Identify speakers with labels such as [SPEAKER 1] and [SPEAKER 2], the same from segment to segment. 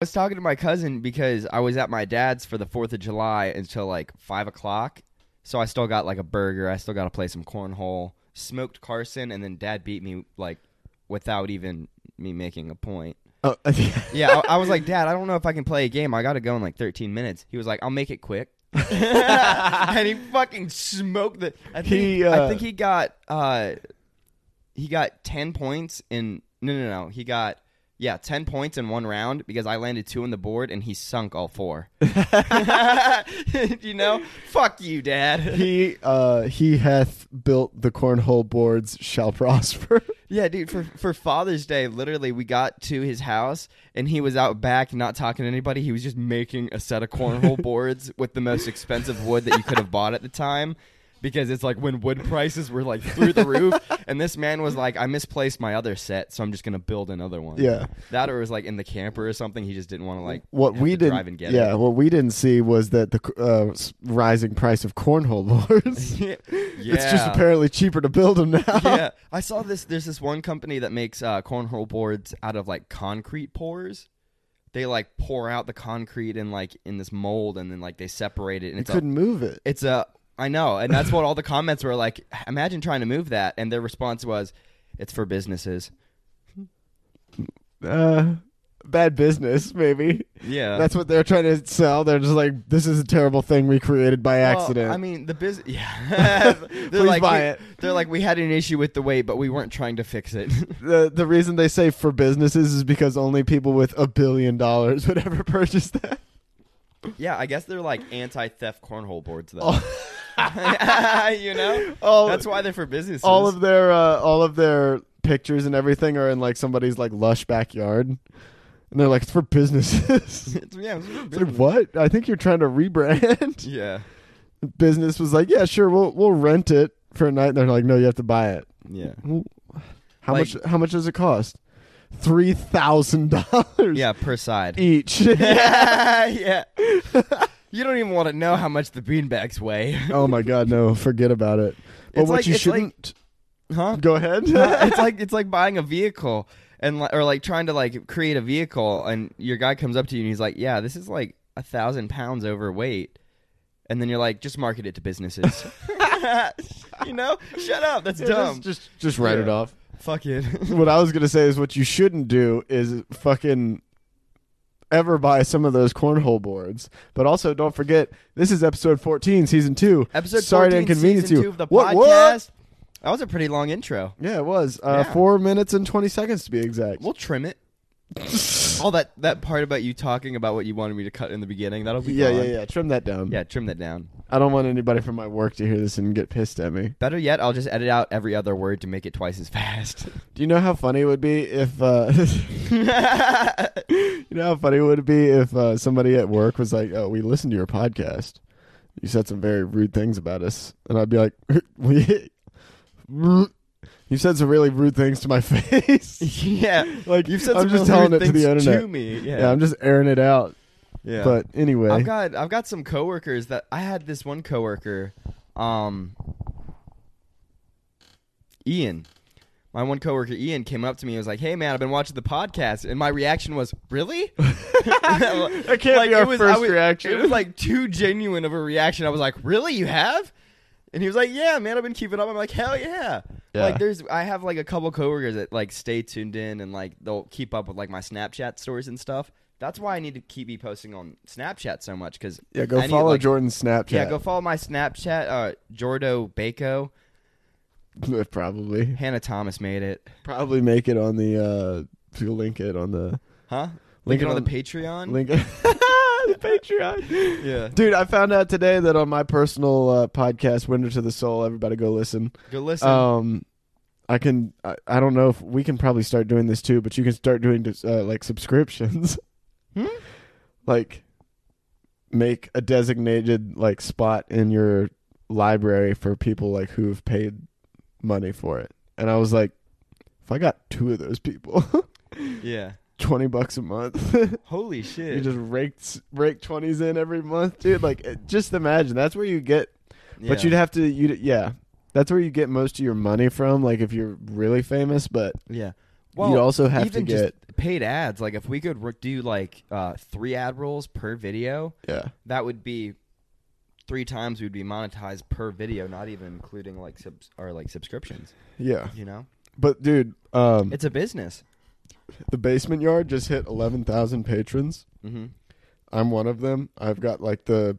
[SPEAKER 1] was talking to my cousin because I was at my dad's for the Fourth of July until like five o'clock. So I still got like a burger. I still got to play some cornhole. Smoked Carson, and then Dad beat me like without even me making a point.
[SPEAKER 2] Oh,
[SPEAKER 1] Yeah, I, I was like, Dad, I don't know if I can play a game. I got to go in like 13 minutes. He was like, I'll make it quick. and he fucking smoked the. I think
[SPEAKER 2] He,
[SPEAKER 1] I
[SPEAKER 2] uh,
[SPEAKER 1] think he got uh, he got 10 points in. No, no, no. He got yeah 10 points in one round because I landed two on the board and he sunk all four. you know, fuck you, Dad.
[SPEAKER 2] he uh, he hath built the cornhole boards shall prosper.
[SPEAKER 1] Yeah, dude, for for Father's Day, literally we got to his house and he was out back not talking to anybody. He was just making a set of cornhole boards with the most expensive wood that you could have bought at the time. Because it's like when wood prices were like through the roof, and this man was like, "I misplaced my other set, so I'm just gonna build another one."
[SPEAKER 2] Yeah.
[SPEAKER 1] that or it was like in the camper or something. He just didn't want to like
[SPEAKER 2] What
[SPEAKER 1] have
[SPEAKER 2] we
[SPEAKER 1] to
[SPEAKER 2] didn't,
[SPEAKER 1] drive and get
[SPEAKER 2] yeah,
[SPEAKER 1] it.
[SPEAKER 2] what we didn't see was that the uh, s- rising price of cornhole boards.
[SPEAKER 1] yeah,
[SPEAKER 2] It's just apparently cheaper to build them now.
[SPEAKER 1] yeah, I saw this. There's this one company that makes uh, cornhole boards out of like concrete pours. They like pour out the concrete in like in this mold, and then like they separate it. And
[SPEAKER 2] you
[SPEAKER 1] it's
[SPEAKER 2] couldn't move it.
[SPEAKER 1] a, it's a I know, and that's what all the comments were like. Imagine trying to move that, and their response was, "It's for businesses."
[SPEAKER 2] Uh, bad business, maybe.
[SPEAKER 1] Yeah,
[SPEAKER 2] That's what they're trying to sell. They're just like, this is a terrible thing we created by
[SPEAKER 1] Well,
[SPEAKER 2] accident.
[SPEAKER 1] I mean, the business. Yeah,
[SPEAKER 2] Please
[SPEAKER 1] like,
[SPEAKER 2] buy
[SPEAKER 1] we-
[SPEAKER 2] it.
[SPEAKER 1] They're like, we had an issue with the weight, but we weren't trying to fix it.
[SPEAKER 2] the the reason they say for businesses is because only people with a billion dollars would ever purchase that.
[SPEAKER 1] yeah, I guess they're like anti-theft cornhole boards, though.
[SPEAKER 2] All, Oh.
[SPEAKER 1] you know,
[SPEAKER 2] all-
[SPEAKER 1] that's why they're for businesses.
[SPEAKER 2] all of their uh, all of their pictures and everything are in like somebody's like lush backyard, and they're like it's for businesses.
[SPEAKER 1] It's- yeah, it's for
[SPEAKER 2] It's like
[SPEAKER 1] business.
[SPEAKER 2] what? I think you're trying to rebrand.
[SPEAKER 1] Yeah,
[SPEAKER 2] Business was like, yeah, sure, we'll we'll rent it for a night. And they're like, no, you have to buy it.
[SPEAKER 1] yeah,
[SPEAKER 2] How
[SPEAKER 1] Like-
[SPEAKER 2] much? How much does it cost? Three thousand dollars.
[SPEAKER 1] yeah. Per side.
[SPEAKER 2] Each.
[SPEAKER 1] yeah. You don't even want to know how much the beanbags weigh,
[SPEAKER 2] oh my god, no! Forget about it. But
[SPEAKER 1] It's
[SPEAKER 2] what
[SPEAKER 1] like-
[SPEAKER 2] you
[SPEAKER 1] it's like-
[SPEAKER 2] shouldn't
[SPEAKER 1] huh?
[SPEAKER 2] go ahead.
[SPEAKER 1] it's like it's like buying a vehicle and li- or like trying to like create a vehicle, and your guy comes up to you and he's like, "Yeah, this is like a thousand pounds overweight," and then you're like, "Just market it to businesses." you know? Shut up. That's dumb.
[SPEAKER 2] Just, just just write it
[SPEAKER 1] Yeah.
[SPEAKER 2] off.
[SPEAKER 1] Fuck it.
[SPEAKER 2] What I was gonna say is what you shouldn't do is fucking ever buy some of those cornhole boards. But also don't forget this is episode fourteen, season two.
[SPEAKER 1] Episode 14,
[SPEAKER 2] Sorry to inconvenience
[SPEAKER 1] season
[SPEAKER 2] you.
[SPEAKER 1] Two of the
[SPEAKER 2] What- what?
[SPEAKER 1] podcast. That was a pretty long intro.
[SPEAKER 2] Yeah, it was uh,
[SPEAKER 1] Yeah.
[SPEAKER 2] four minutes and twenty seconds to be exact.
[SPEAKER 1] We'll trim it. All that that part about you talking about what you wanted me to cut in the beginning, that'll be
[SPEAKER 2] yeah, yeah,
[SPEAKER 1] gone.
[SPEAKER 2] yeah. Trim that down.
[SPEAKER 1] Yeah, trim that down.
[SPEAKER 2] I don't want anybody from my work to hear this and get pissed at me.
[SPEAKER 1] Better yet, I'll just edit out every other word to make it twice as fast.
[SPEAKER 2] Do you know how funny it would be if uh, you know how funny it would be if uh, somebody at work was like, "Oh, we listened to your podcast. You said some very rude things about us," and I'd be like, "We." You said some really rude things to my face.
[SPEAKER 1] yeah.
[SPEAKER 2] like
[SPEAKER 1] You've said
[SPEAKER 2] I'm
[SPEAKER 1] some
[SPEAKER 2] just
[SPEAKER 1] really
[SPEAKER 2] telling
[SPEAKER 1] weird
[SPEAKER 2] it to the
[SPEAKER 1] things
[SPEAKER 2] internet.
[SPEAKER 1] to me. Yeah.
[SPEAKER 2] yeah. I'm just airing it out.
[SPEAKER 1] Yeah.
[SPEAKER 2] But anyway,
[SPEAKER 1] I've got I've got some coworkers that I had this one coworker, um, Ian. My one coworker Ian came up to me and was like, "Hey man, I've been watching the podcast," and my reaction was, "Really?" that
[SPEAKER 2] can't be our first reaction.
[SPEAKER 1] It was like too genuine of a reaction. I was like, "Really, you have?" And he was like, "Yeah, man, I've been keeping up." I'm like, "Hell yeah!"
[SPEAKER 2] Yeah.
[SPEAKER 1] Like, there's I have like a couple coworkers that like stay tuned in and like they'll keep up with like my Snapchat stories and stuff. That's why I need to keep be posting on Snapchat so much because
[SPEAKER 2] yeah, go
[SPEAKER 1] I need,
[SPEAKER 2] follow
[SPEAKER 1] like-
[SPEAKER 2] Jordan's Snapchat.
[SPEAKER 1] Yeah, go follow my Snapchat. Uh, Jordo Baco,
[SPEAKER 2] probably
[SPEAKER 1] Hannah Thomas made it,
[SPEAKER 2] probably make it on the uh, if you link it on the
[SPEAKER 1] huh? Link
[SPEAKER 2] Link it
[SPEAKER 1] it on,
[SPEAKER 2] on-
[SPEAKER 1] the Patreon.
[SPEAKER 2] link the Patreon.
[SPEAKER 1] Yeah,
[SPEAKER 2] Dude, I found out today that on my personal uh, podcast, Winter to the Soul, everybody go listen.
[SPEAKER 1] go listen.
[SPEAKER 2] Um, I can, I, I don't know if we can probably start doing this too, but you can start doing uh, like subscriptions,
[SPEAKER 1] Hmm?
[SPEAKER 2] like make a designated like spot in your library for people like who have paid money for it. And I was like, if I got two of those people,
[SPEAKER 1] yeah.
[SPEAKER 2] twenty bucks a month.
[SPEAKER 1] Holy
[SPEAKER 2] You
[SPEAKER 1] shit.
[SPEAKER 2] just raked rake twenties in every month, dude. Like, it- just imagine that's where you get. But
[SPEAKER 1] Yeah.
[SPEAKER 2] you'd have to, you yeah, that's where you get most of your money from. Like, if you're really famous, but
[SPEAKER 1] Yeah. Well,
[SPEAKER 2] you also have to
[SPEAKER 1] even
[SPEAKER 2] get
[SPEAKER 1] just paid ads. Like if we could re- do like uh, three ad rolls per video,
[SPEAKER 2] yeah.
[SPEAKER 1] that would be three times we'd be monetized per video, not even including like subs or like subscriptions.
[SPEAKER 2] Yeah.
[SPEAKER 1] You know,
[SPEAKER 2] But dude, um
[SPEAKER 1] it's a business.
[SPEAKER 2] the basement yard just hit 11,000 patrons.
[SPEAKER 1] hmm
[SPEAKER 2] I'm one of them. I've got like the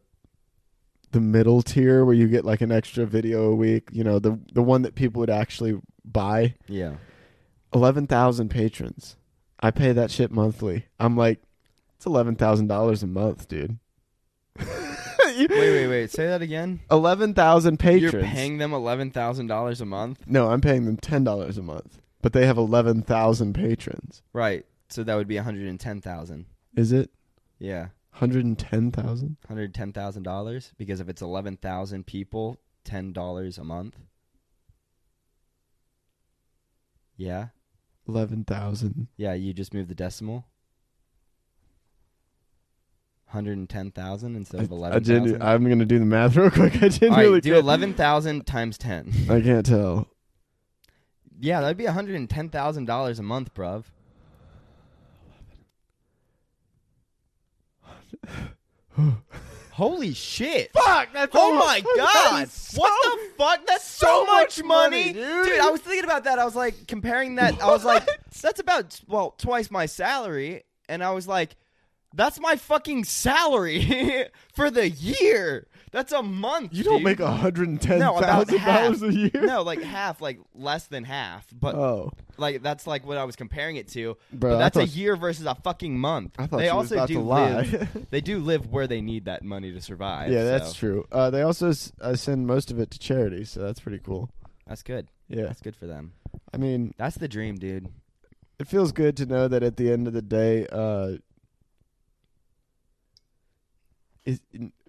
[SPEAKER 2] the middle tier where you get like an extra video a week, you know, the the one that people would actually buy.
[SPEAKER 1] Yeah.
[SPEAKER 2] 11,000 patrons. I pay that shit monthly. I'm like it's $11,000 a month, dude.
[SPEAKER 1] Wait, wait, wait. Say that again.
[SPEAKER 2] 11,000 patrons.
[SPEAKER 1] You're paying them eleven thousand dollars a month,
[SPEAKER 2] No, I'm paying them $10 a month, but they have 11,000 patrons.
[SPEAKER 1] right? So that would be one hundred and ten thousand.
[SPEAKER 2] Is it
[SPEAKER 1] Yeah,
[SPEAKER 2] 110,000?
[SPEAKER 1] one hundred ten thousand dollars. Because if it's eleven thousand people, ten dollars a month. Yeah,
[SPEAKER 2] 11,000.
[SPEAKER 1] yeah. You just move the decimal. Hundred and ten thousand instead of
[SPEAKER 2] I
[SPEAKER 1] eleven
[SPEAKER 2] didn't.
[SPEAKER 1] thousand.
[SPEAKER 2] I'm gonna do the math real quick. I didn't
[SPEAKER 1] All right,
[SPEAKER 2] really
[SPEAKER 1] do
[SPEAKER 2] get-
[SPEAKER 1] eleven thousand times ten.
[SPEAKER 2] I can't tell.
[SPEAKER 1] yeah, that'd be one hundred and ten thousand dollars a month, bruv. Holy shit!
[SPEAKER 2] Fuck! That's
[SPEAKER 1] Oh my god! what the fuck? That's so,
[SPEAKER 2] so
[SPEAKER 1] much
[SPEAKER 2] much
[SPEAKER 1] money,
[SPEAKER 2] money,
[SPEAKER 1] dude.
[SPEAKER 2] dude.
[SPEAKER 1] I was thinking about that. I was like comparing that. I was like, that's about well twice my salary, and I was like, that's my fucking salary for the year. That's a month.
[SPEAKER 2] You don't
[SPEAKER 1] dude.
[SPEAKER 2] make hundred and ten
[SPEAKER 1] No, about
[SPEAKER 2] thousand dollars a year.
[SPEAKER 1] half. No, like half, like less than half, but
[SPEAKER 2] Oh,
[SPEAKER 1] like that's like what I was comparing it to.
[SPEAKER 2] Bro,
[SPEAKER 1] but
[SPEAKER 2] I
[SPEAKER 1] that's a
[SPEAKER 2] thought-
[SPEAKER 1] year versus a fucking month.
[SPEAKER 2] I thought
[SPEAKER 1] they
[SPEAKER 2] you was
[SPEAKER 1] also
[SPEAKER 2] about
[SPEAKER 1] do
[SPEAKER 2] to lie.
[SPEAKER 1] live. they do live where they need that money to survive.
[SPEAKER 2] yeah, that's
[SPEAKER 1] so
[SPEAKER 2] true. Uh, they also s- uh, send most of it to charity, so that's pretty cool.
[SPEAKER 1] That's good.
[SPEAKER 2] Yeah,
[SPEAKER 1] That's good for them.
[SPEAKER 2] I mean,
[SPEAKER 1] That's the dream, dude.
[SPEAKER 2] it feels good to know that at the end of the day, uh, is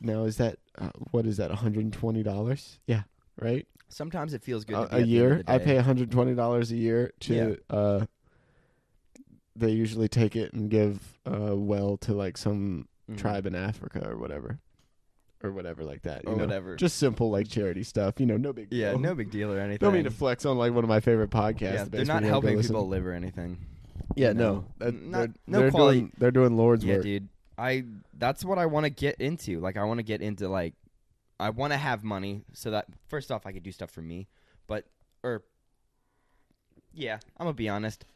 [SPEAKER 2] now is that uh, what is that one hundred and twenty dollars? Yeah, right.
[SPEAKER 1] Sometimes it feels good.
[SPEAKER 2] a,
[SPEAKER 1] to be at the
[SPEAKER 2] a
[SPEAKER 1] end of
[SPEAKER 2] year.
[SPEAKER 1] the
[SPEAKER 2] I
[SPEAKER 1] day.
[SPEAKER 2] pay one hundred twenty dollars a year to. Uh, they usually take it and give uh, well to like some
[SPEAKER 1] Mhm.
[SPEAKER 2] tribe in Africa or whatever, or whatever like that. you
[SPEAKER 1] or
[SPEAKER 2] know?
[SPEAKER 1] whatever.
[SPEAKER 2] Just simple like charity stuff. You know, no big.
[SPEAKER 1] Mm-hmm. yeah,
[SPEAKER 2] deal.
[SPEAKER 1] no big deal or anything.
[SPEAKER 2] Don't mean to flex on like one of my favorite podcasts.
[SPEAKER 1] yeah,
[SPEAKER 2] the
[SPEAKER 1] they're
[SPEAKER 2] Basement
[SPEAKER 1] not
[SPEAKER 2] Yard. Go
[SPEAKER 1] helping
[SPEAKER 2] listen.
[SPEAKER 1] people live or anything.
[SPEAKER 2] Yeah,
[SPEAKER 1] no.
[SPEAKER 2] no, That-
[SPEAKER 1] Not-
[SPEAKER 2] they're,
[SPEAKER 1] no
[SPEAKER 2] they're
[SPEAKER 1] quality-
[SPEAKER 2] Doing, they're doing Lord's
[SPEAKER 1] Yeah,
[SPEAKER 2] work.
[SPEAKER 1] dude. I that's what I want to get into. Like I want to get into like I want to have money so that first off I could do stuff for me, but or yeah, I'm gonna be honest.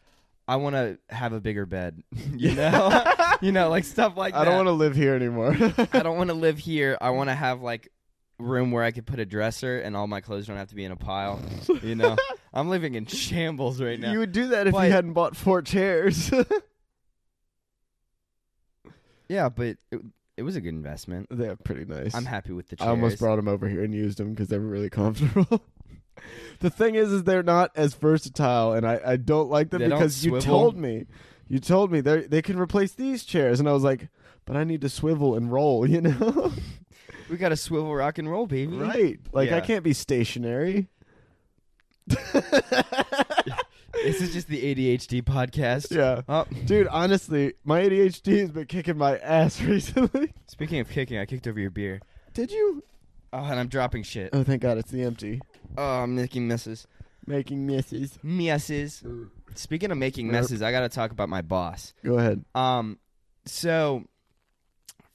[SPEAKER 1] I want to have a bigger bed, you know, you know, like stuff like
[SPEAKER 2] I
[SPEAKER 1] that.
[SPEAKER 2] don't want to live here anymore.
[SPEAKER 1] I don't want to live here. I want to have like room where I could put a dresser and all my clothes don't have to be in a pile. You know, I'm living in shambles right now.
[SPEAKER 2] You would do that if
[SPEAKER 1] But-
[SPEAKER 2] you hadn't bought four chairs.
[SPEAKER 1] yeah, but it, it was a good investment.
[SPEAKER 2] they're pretty nice.
[SPEAKER 1] I'm happy with the chairs.
[SPEAKER 2] I almost brought them over here and used them because they were really comfortable. the thing is, is they're not as versatile, and I, I don't like them
[SPEAKER 1] They don't
[SPEAKER 2] because you
[SPEAKER 1] swivel.
[SPEAKER 2] told me, you told me they they can replace these chairs, and I was like, but I need to swivel and roll, you know?
[SPEAKER 1] we got a swivel rock and roll, baby.
[SPEAKER 2] right? Like
[SPEAKER 1] Yeah.
[SPEAKER 2] I can't be stationary.
[SPEAKER 1] This is just the ADHD podcast.
[SPEAKER 2] Yeah,
[SPEAKER 1] Oh,
[SPEAKER 2] dude. Honestly, my ADHD has been kicking my ass recently.
[SPEAKER 1] speaking of kicking, I kicked over your beer.
[SPEAKER 2] Did you?
[SPEAKER 1] Oh, and I'm dropping shit.
[SPEAKER 2] Oh, thank God, it's the empty.
[SPEAKER 1] Oh, I'm making messes.
[SPEAKER 2] Making misses.
[SPEAKER 1] Messes.
[SPEAKER 2] Uh.
[SPEAKER 1] Speaking of making
[SPEAKER 2] Yep.
[SPEAKER 1] messes, I got to talk about my boss.
[SPEAKER 2] Go ahead.
[SPEAKER 1] Um, so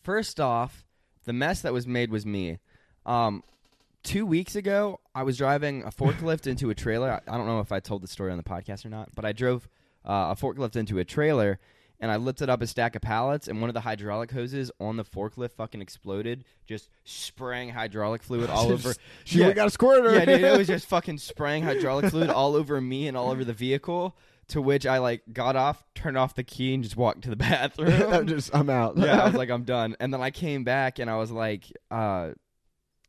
[SPEAKER 1] first off, the mess that was made was me. Um, two weeks ago, I was driving a forklift into a trailer. I, I don't know if I told the story on the podcast or not, but I drove uh, a forklift into a trailer and I lifted up a stack of pallets, and one of the hydraulic hoses on the forklift fucking exploded, just spraying hydraulic fluid all over.
[SPEAKER 2] She
[SPEAKER 1] Yeah.
[SPEAKER 2] got a squirter.
[SPEAKER 1] Yeah, dude, it was just fucking spraying hydraulic fluid all over me and all over the vehicle. To which I like got off, turned off the key, and just walked to the
[SPEAKER 2] I'm
[SPEAKER 1] bathroom.
[SPEAKER 2] just, I'm out.
[SPEAKER 1] yeah, I was like, I'm done. And then I came back and I was like, uh,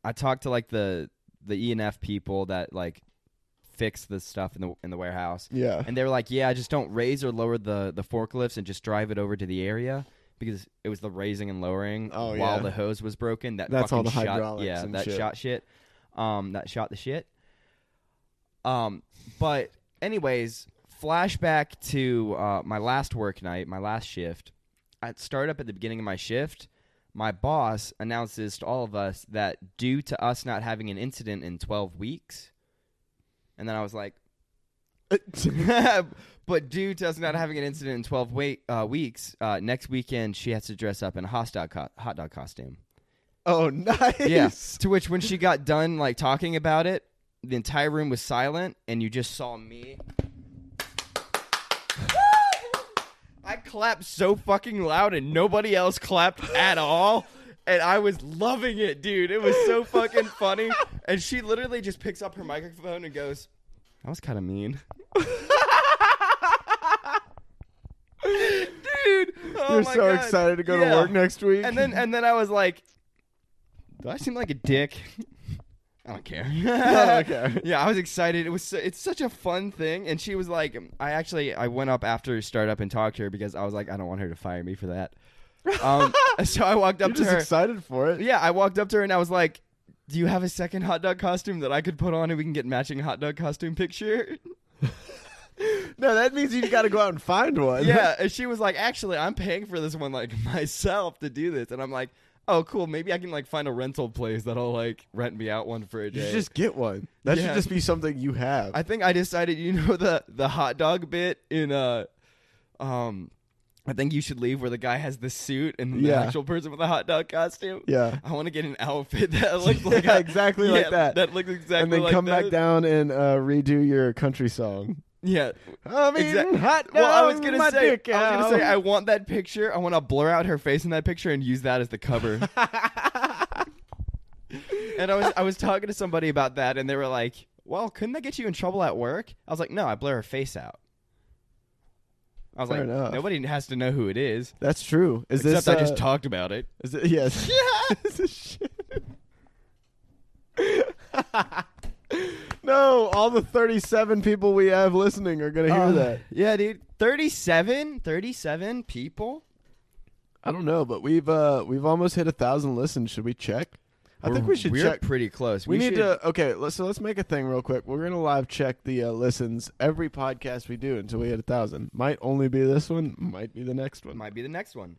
[SPEAKER 1] I talked to like the the ENF people that like fix the stuff in the in the warehouse,
[SPEAKER 2] yeah.
[SPEAKER 1] and they were like, yeah, just don't raise or lower the the forklifts and just drive it over to the area. Because it was the raising and lowering
[SPEAKER 2] Oh,
[SPEAKER 1] while
[SPEAKER 2] yeah.
[SPEAKER 1] the hose was broken. That
[SPEAKER 2] That's all
[SPEAKER 1] fucking
[SPEAKER 2] the
[SPEAKER 1] shot-
[SPEAKER 2] hydraulics
[SPEAKER 1] Yeah,
[SPEAKER 2] and
[SPEAKER 1] that
[SPEAKER 2] shit.
[SPEAKER 1] shot shit. Um, that shot the shit. Um, but anyways, flashback to uh, my last work night, my last shift. At start up at the beginning of my shift, my boss announces to all of us that due to us not having an incident in twelve weeks, and then I was like, but due to us not having an incident in 12 wait, uh, weeks, uh, next weekend she has to dress up in a hot dog, co- hot dog costume.
[SPEAKER 2] oh, nice.
[SPEAKER 1] Yeah. To which, when she got done like talking about it, the entire room was silent, and you just saw me. I clapped so fucking loud, and nobody else clapped at all. And I was loving it, dude. It was so fucking funny. And she literally just picks up her microphone and goes, "That was kind of mean." Dude, oh
[SPEAKER 2] You're
[SPEAKER 1] my
[SPEAKER 2] so
[SPEAKER 1] God.
[SPEAKER 2] excited to go to
[SPEAKER 1] Yeah.
[SPEAKER 2] work next week.
[SPEAKER 1] And then and then I was like, do I seem like a dick? I don't care.
[SPEAKER 2] don't care.
[SPEAKER 1] yeah, I was excited. It was su- it's such a fun thing, and she was like, I actually I went up after start up and talked to her because I was like, I don't want her to fire me for that. Um, so I walked up
[SPEAKER 2] You're
[SPEAKER 1] to
[SPEAKER 2] just
[SPEAKER 1] her.
[SPEAKER 2] excited for it.
[SPEAKER 1] Yeah, I walked up to her and I was like, Do you have a second hot dog costume that I could put on and we can get matching hot dog costume picture?
[SPEAKER 2] No, that means you got to go out and find one.
[SPEAKER 1] yeah, and she was like, actually, I'm paying for this one like myself to do this, and I'm like, oh, cool, maybe I can like find a rental place that'll like rent me out one for a
[SPEAKER 2] You
[SPEAKER 1] day.
[SPEAKER 2] should just get one. That
[SPEAKER 1] Yeah.
[SPEAKER 2] should just be something you have.
[SPEAKER 1] I think I decided, you know, the the hot dog bit in uh, um, I think you should leave where the guy has the suit and the
[SPEAKER 2] Yeah.
[SPEAKER 1] actual person with the hot dog costume.
[SPEAKER 2] yeah.
[SPEAKER 1] I want to get an outfit that looks
[SPEAKER 2] Yeah,
[SPEAKER 1] like I-
[SPEAKER 2] exactly like
[SPEAKER 1] yeah,
[SPEAKER 2] that.
[SPEAKER 1] That looks exactly
[SPEAKER 2] and then
[SPEAKER 1] like
[SPEAKER 2] come
[SPEAKER 1] that.
[SPEAKER 2] back down and uh, redo your country song.
[SPEAKER 1] Yeah,
[SPEAKER 2] I mean,
[SPEAKER 1] Exact-
[SPEAKER 2] hot dog.
[SPEAKER 1] Well, I was gonna
[SPEAKER 2] my
[SPEAKER 1] say,
[SPEAKER 2] dick
[SPEAKER 1] I was
[SPEAKER 2] out.
[SPEAKER 1] gonna say, I want that picture. I want to blur out her face in that picture and use that as the cover. and I was, I was talking to somebody about that, and they were like, "Well, couldn't that get you in trouble at work?" I was like, "No, I blur her face out." I was
[SPEAKER 2] Fair
[SPEAKER 1] like,
[SPEAKER 2] enough.
[SPEAKER 1] "Nobody has to know who it is."
[SPEAKER 2] That's true. Is
[SPEAKER 1] Except
[SPEAKER 2] this?
[SPEAKER 1] I just
[SPEAKER 2] uh,
[SPEAKER 1] talked about it.
[SPEAKER 2] Is it, yes. Yes. no, all the 37 people we have listening are going to hear
[SPEAKER 1] Uh,
[SPEAKER 2] that.
[SPEAKER 1] Yeah, dude. 37? 37 people?
[SPEAKER 2] I don't know, but we've uh we've almost hit a thousand listens. Should we check? I think we should
[SPEAKER 1] We're
[SPEAKER 2] check.
[SPEAKER 1] pretty close.
[SPEAKER 2] we, need
[SPEAKER 1] should-
[SPEAKER 2] to okay. Let's, so let's make a thing real quick. We're gonna live check the uh, listens every podcast we do until we hit a thousand. Might only be this one. Might be the next one.
[SPEAKER 1] Might be the next one.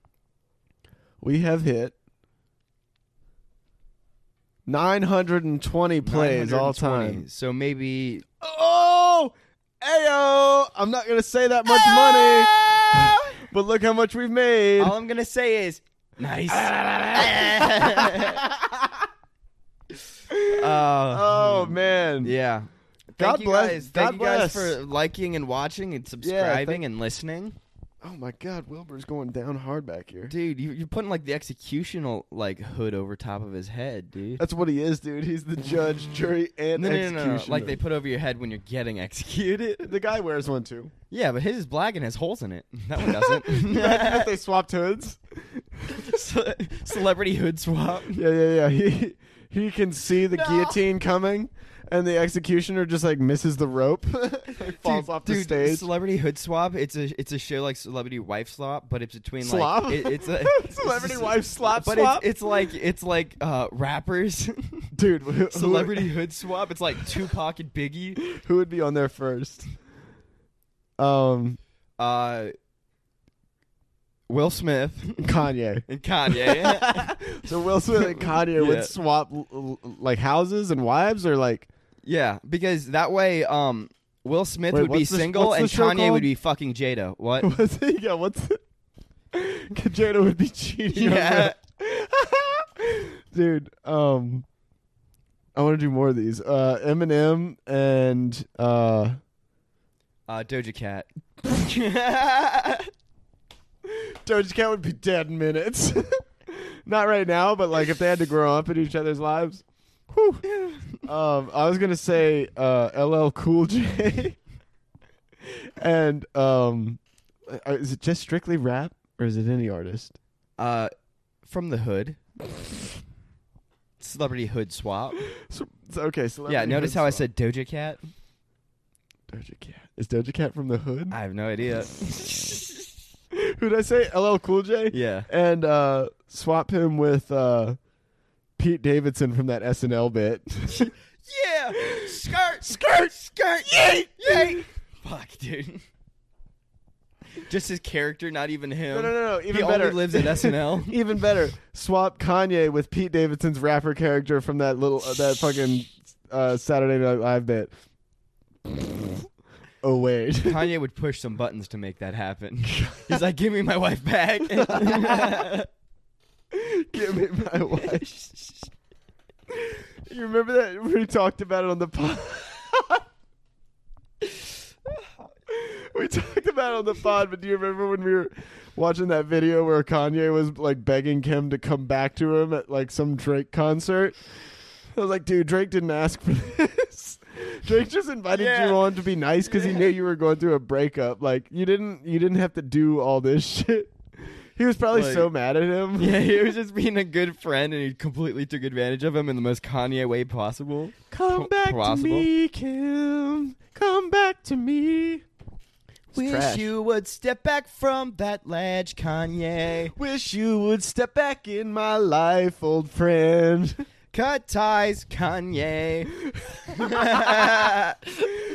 [SPEAKER 2] We have hit nine hundred and twenty plays all
[SPEAKER 1] 920.
[SPEAKER 2] time.
[SPEAKER 1] So maybe
[SPEAKER 2] Oh, ayo! I'm not gonna say that much money, but look how much we've made.
[SPEAKER 1] All I'm gonna say is nice. Uh,
[SPEAKER 2] oh man,
[SPEAKER 1] yeah. Thank
[SPEAKER 2] God
[SPEAKER 1] you
[SPEAKER 2] bless-
[SPEAKER 1] guys.
[SPEAKER 2] God
[SPEAKER 1] Thank you guys
[SPEAKER 2] bless.
[SPEAKER 1] for liking and watching and subscribing and listening.
[SPEAKER 2] Oh my God, Wilbur's going down hard back here.
[SPEAKER 1] Dude, you, you're putting like the executional like hood over top of his head, dude.
[SPEAKER 2] That's what he is, dude. He's the judge, jury, and
[SPEAKER 1] No, no, no,
[SPEAKER 2] executioner.
[SPEAKER 1] no, no, Like they put over your head when you're getting executed.
[SPEAKER 2] the guy wears one too.
[SPEAKER 1] Yeah, but his is black and has holes in it. That one
[SPEAKER 2] Imagine if
[SPEAKER 1] doesn't.
[SPEAKER 2] they swapped hoods.
[SPEAKER 1] Ce- celebrity hood swap.
[SPEAKER 2] Yeah, yeah, yeah. He he can see the
[SPEAKER 1] No.
[SPEAKER 2] guillotine coming, and the executioner just like misses the rope, like, falls off the
[SPEAKER 1] dude,
[SPEAKER 2] stage.
[SPEAKER 1] Celebrity Hood Swap. It's a it's a show like Celebrity Wife Swap, but it's between
[SPEAKER 2] Slop?
[SPEAKER 1] like it- it's a
[SPEAKER 2] Celebrity
[SPEAKER 1] it's a-
[SPEAKER 2] Wife Slop
[SPEAKER 1] But
[SPEAKER 2] Swap?
[SPEAKER 1] It's, it's like it's like uh, rappers.
[SPEAKER 2] Dude, who, who-
[SPEAKER 1] Celebrity Hood Swap. It's like Tupac and Biggie.
[SPEAKER 2] Who would be on there first? Um,
[SPEAKER 1] Uh, Will Smith
[SPEAKER 2] Kanye.
[SPEAKER 1] and Kanye.
[SPEAKER 2] So Will Smith and Kanye
[SPEAKER 1] Yeah.
[SPEAKER 2] would swap l- l- like houses and wives, or like
[SPEAKER 1] yeah, because that way, um, Will Smith
[SPEAKER 2] Wait,
[SPEAKER 1] would be
[SPEAKER 2] what's the-
[SPEAKER 1] single
[SPEAKER 2] what's
[SPEAKER 1] and
[SPEAKER 2] the show
[SPEAKER 1] Kanye
[SPEAKER 2] called?
[SPEAKER 1] would be fucking Jada. What?
[SPEAKER 2] what's yeah, what's Kajada would be cheating. on
[SPEAKER 1] yeah.
[SPEAKER 2] dude um i want to do more of these uh eminem and uh
[SPEAKER 1] Uh, Doja Cat.
[SPEAKER 2] doja cat would be dead in minutes not right now but like if they had to grow up in each other's lives Whew. um i was gonna say uh ll cool j and um uh, is it just strictly rap or is it any artist
[SPEAKER 1] Uh, from the hood. Celebrity hood swap.
[SPEAKER 2] so, so- okay so
[SPEAKER 1] yeah, notice how I said Doja Cat.
[SPEAKER 2] doja cat is doja cat from the hood
[SPEAKER 1] I have no idea.
[SPEAKER 2] who did i say ll cool j
[SPEAKER 1] yeah.
[SPEAKER 2] and uh, swap him with uh, Pete Davidson from that SNL bit.
[SPEAKER 1] Yeah. Skirt. Skirt. Skirt. Yay. Yay. Fuck, dude. Just his character, not even him.
[SPEAKER 2] no, no, no, no. Even
[SPEAKER 1] he
[SPEAKER 2] better.
[SPEAKER 1] only lives at SNL.
[SPEAKER 2] even better. Swap Kanye with Pete Davidson's rapper character from that little uh, that fucking uh, Saturday Night Live bit. oh wait.
[SPEAKER 1] Kanye would push some buttons to make that happen. He's like, "Give me my wife back."
[SPEAKER 2] Give me my wife. you remember that we talked about it on the pod? we talked about it on the pod, but do you remember when we were watching that video where Kanye was like begging Kim to come back to him at like some Drake concert? I was like, dude, Drake didn't ask for this. Drake just invited
[SPEAKER 1] Yeah.
[SPEAKER 2] you on to be nice because he knew you were going through a breakup. Like you didn't you didn't have to do all this shit. He was probably
[SPEAKER 1] Like-
[SPEAKER 2] so mad at him.
[SPEAKER 1] yeah, he was just being a good friend, and he completely took advantage of him in the most Kanye way possible.
[SPEAKER 2] Come
[SPEAKER 1] Po-
[SPEAKER 2] back
[SPEAKER 1] possible.
[SPEAKER 2] to me, Kim. Come back to me.
[SPEAKER 1] Wish
[SPEAKER 2] trash.
[SPEAKER 1] you would step back from that ledge, Kanye.
[SPEAKER 2] Wish you would step back in my life, old friend.
[SPEAKER 1] Cut ties, Kanye.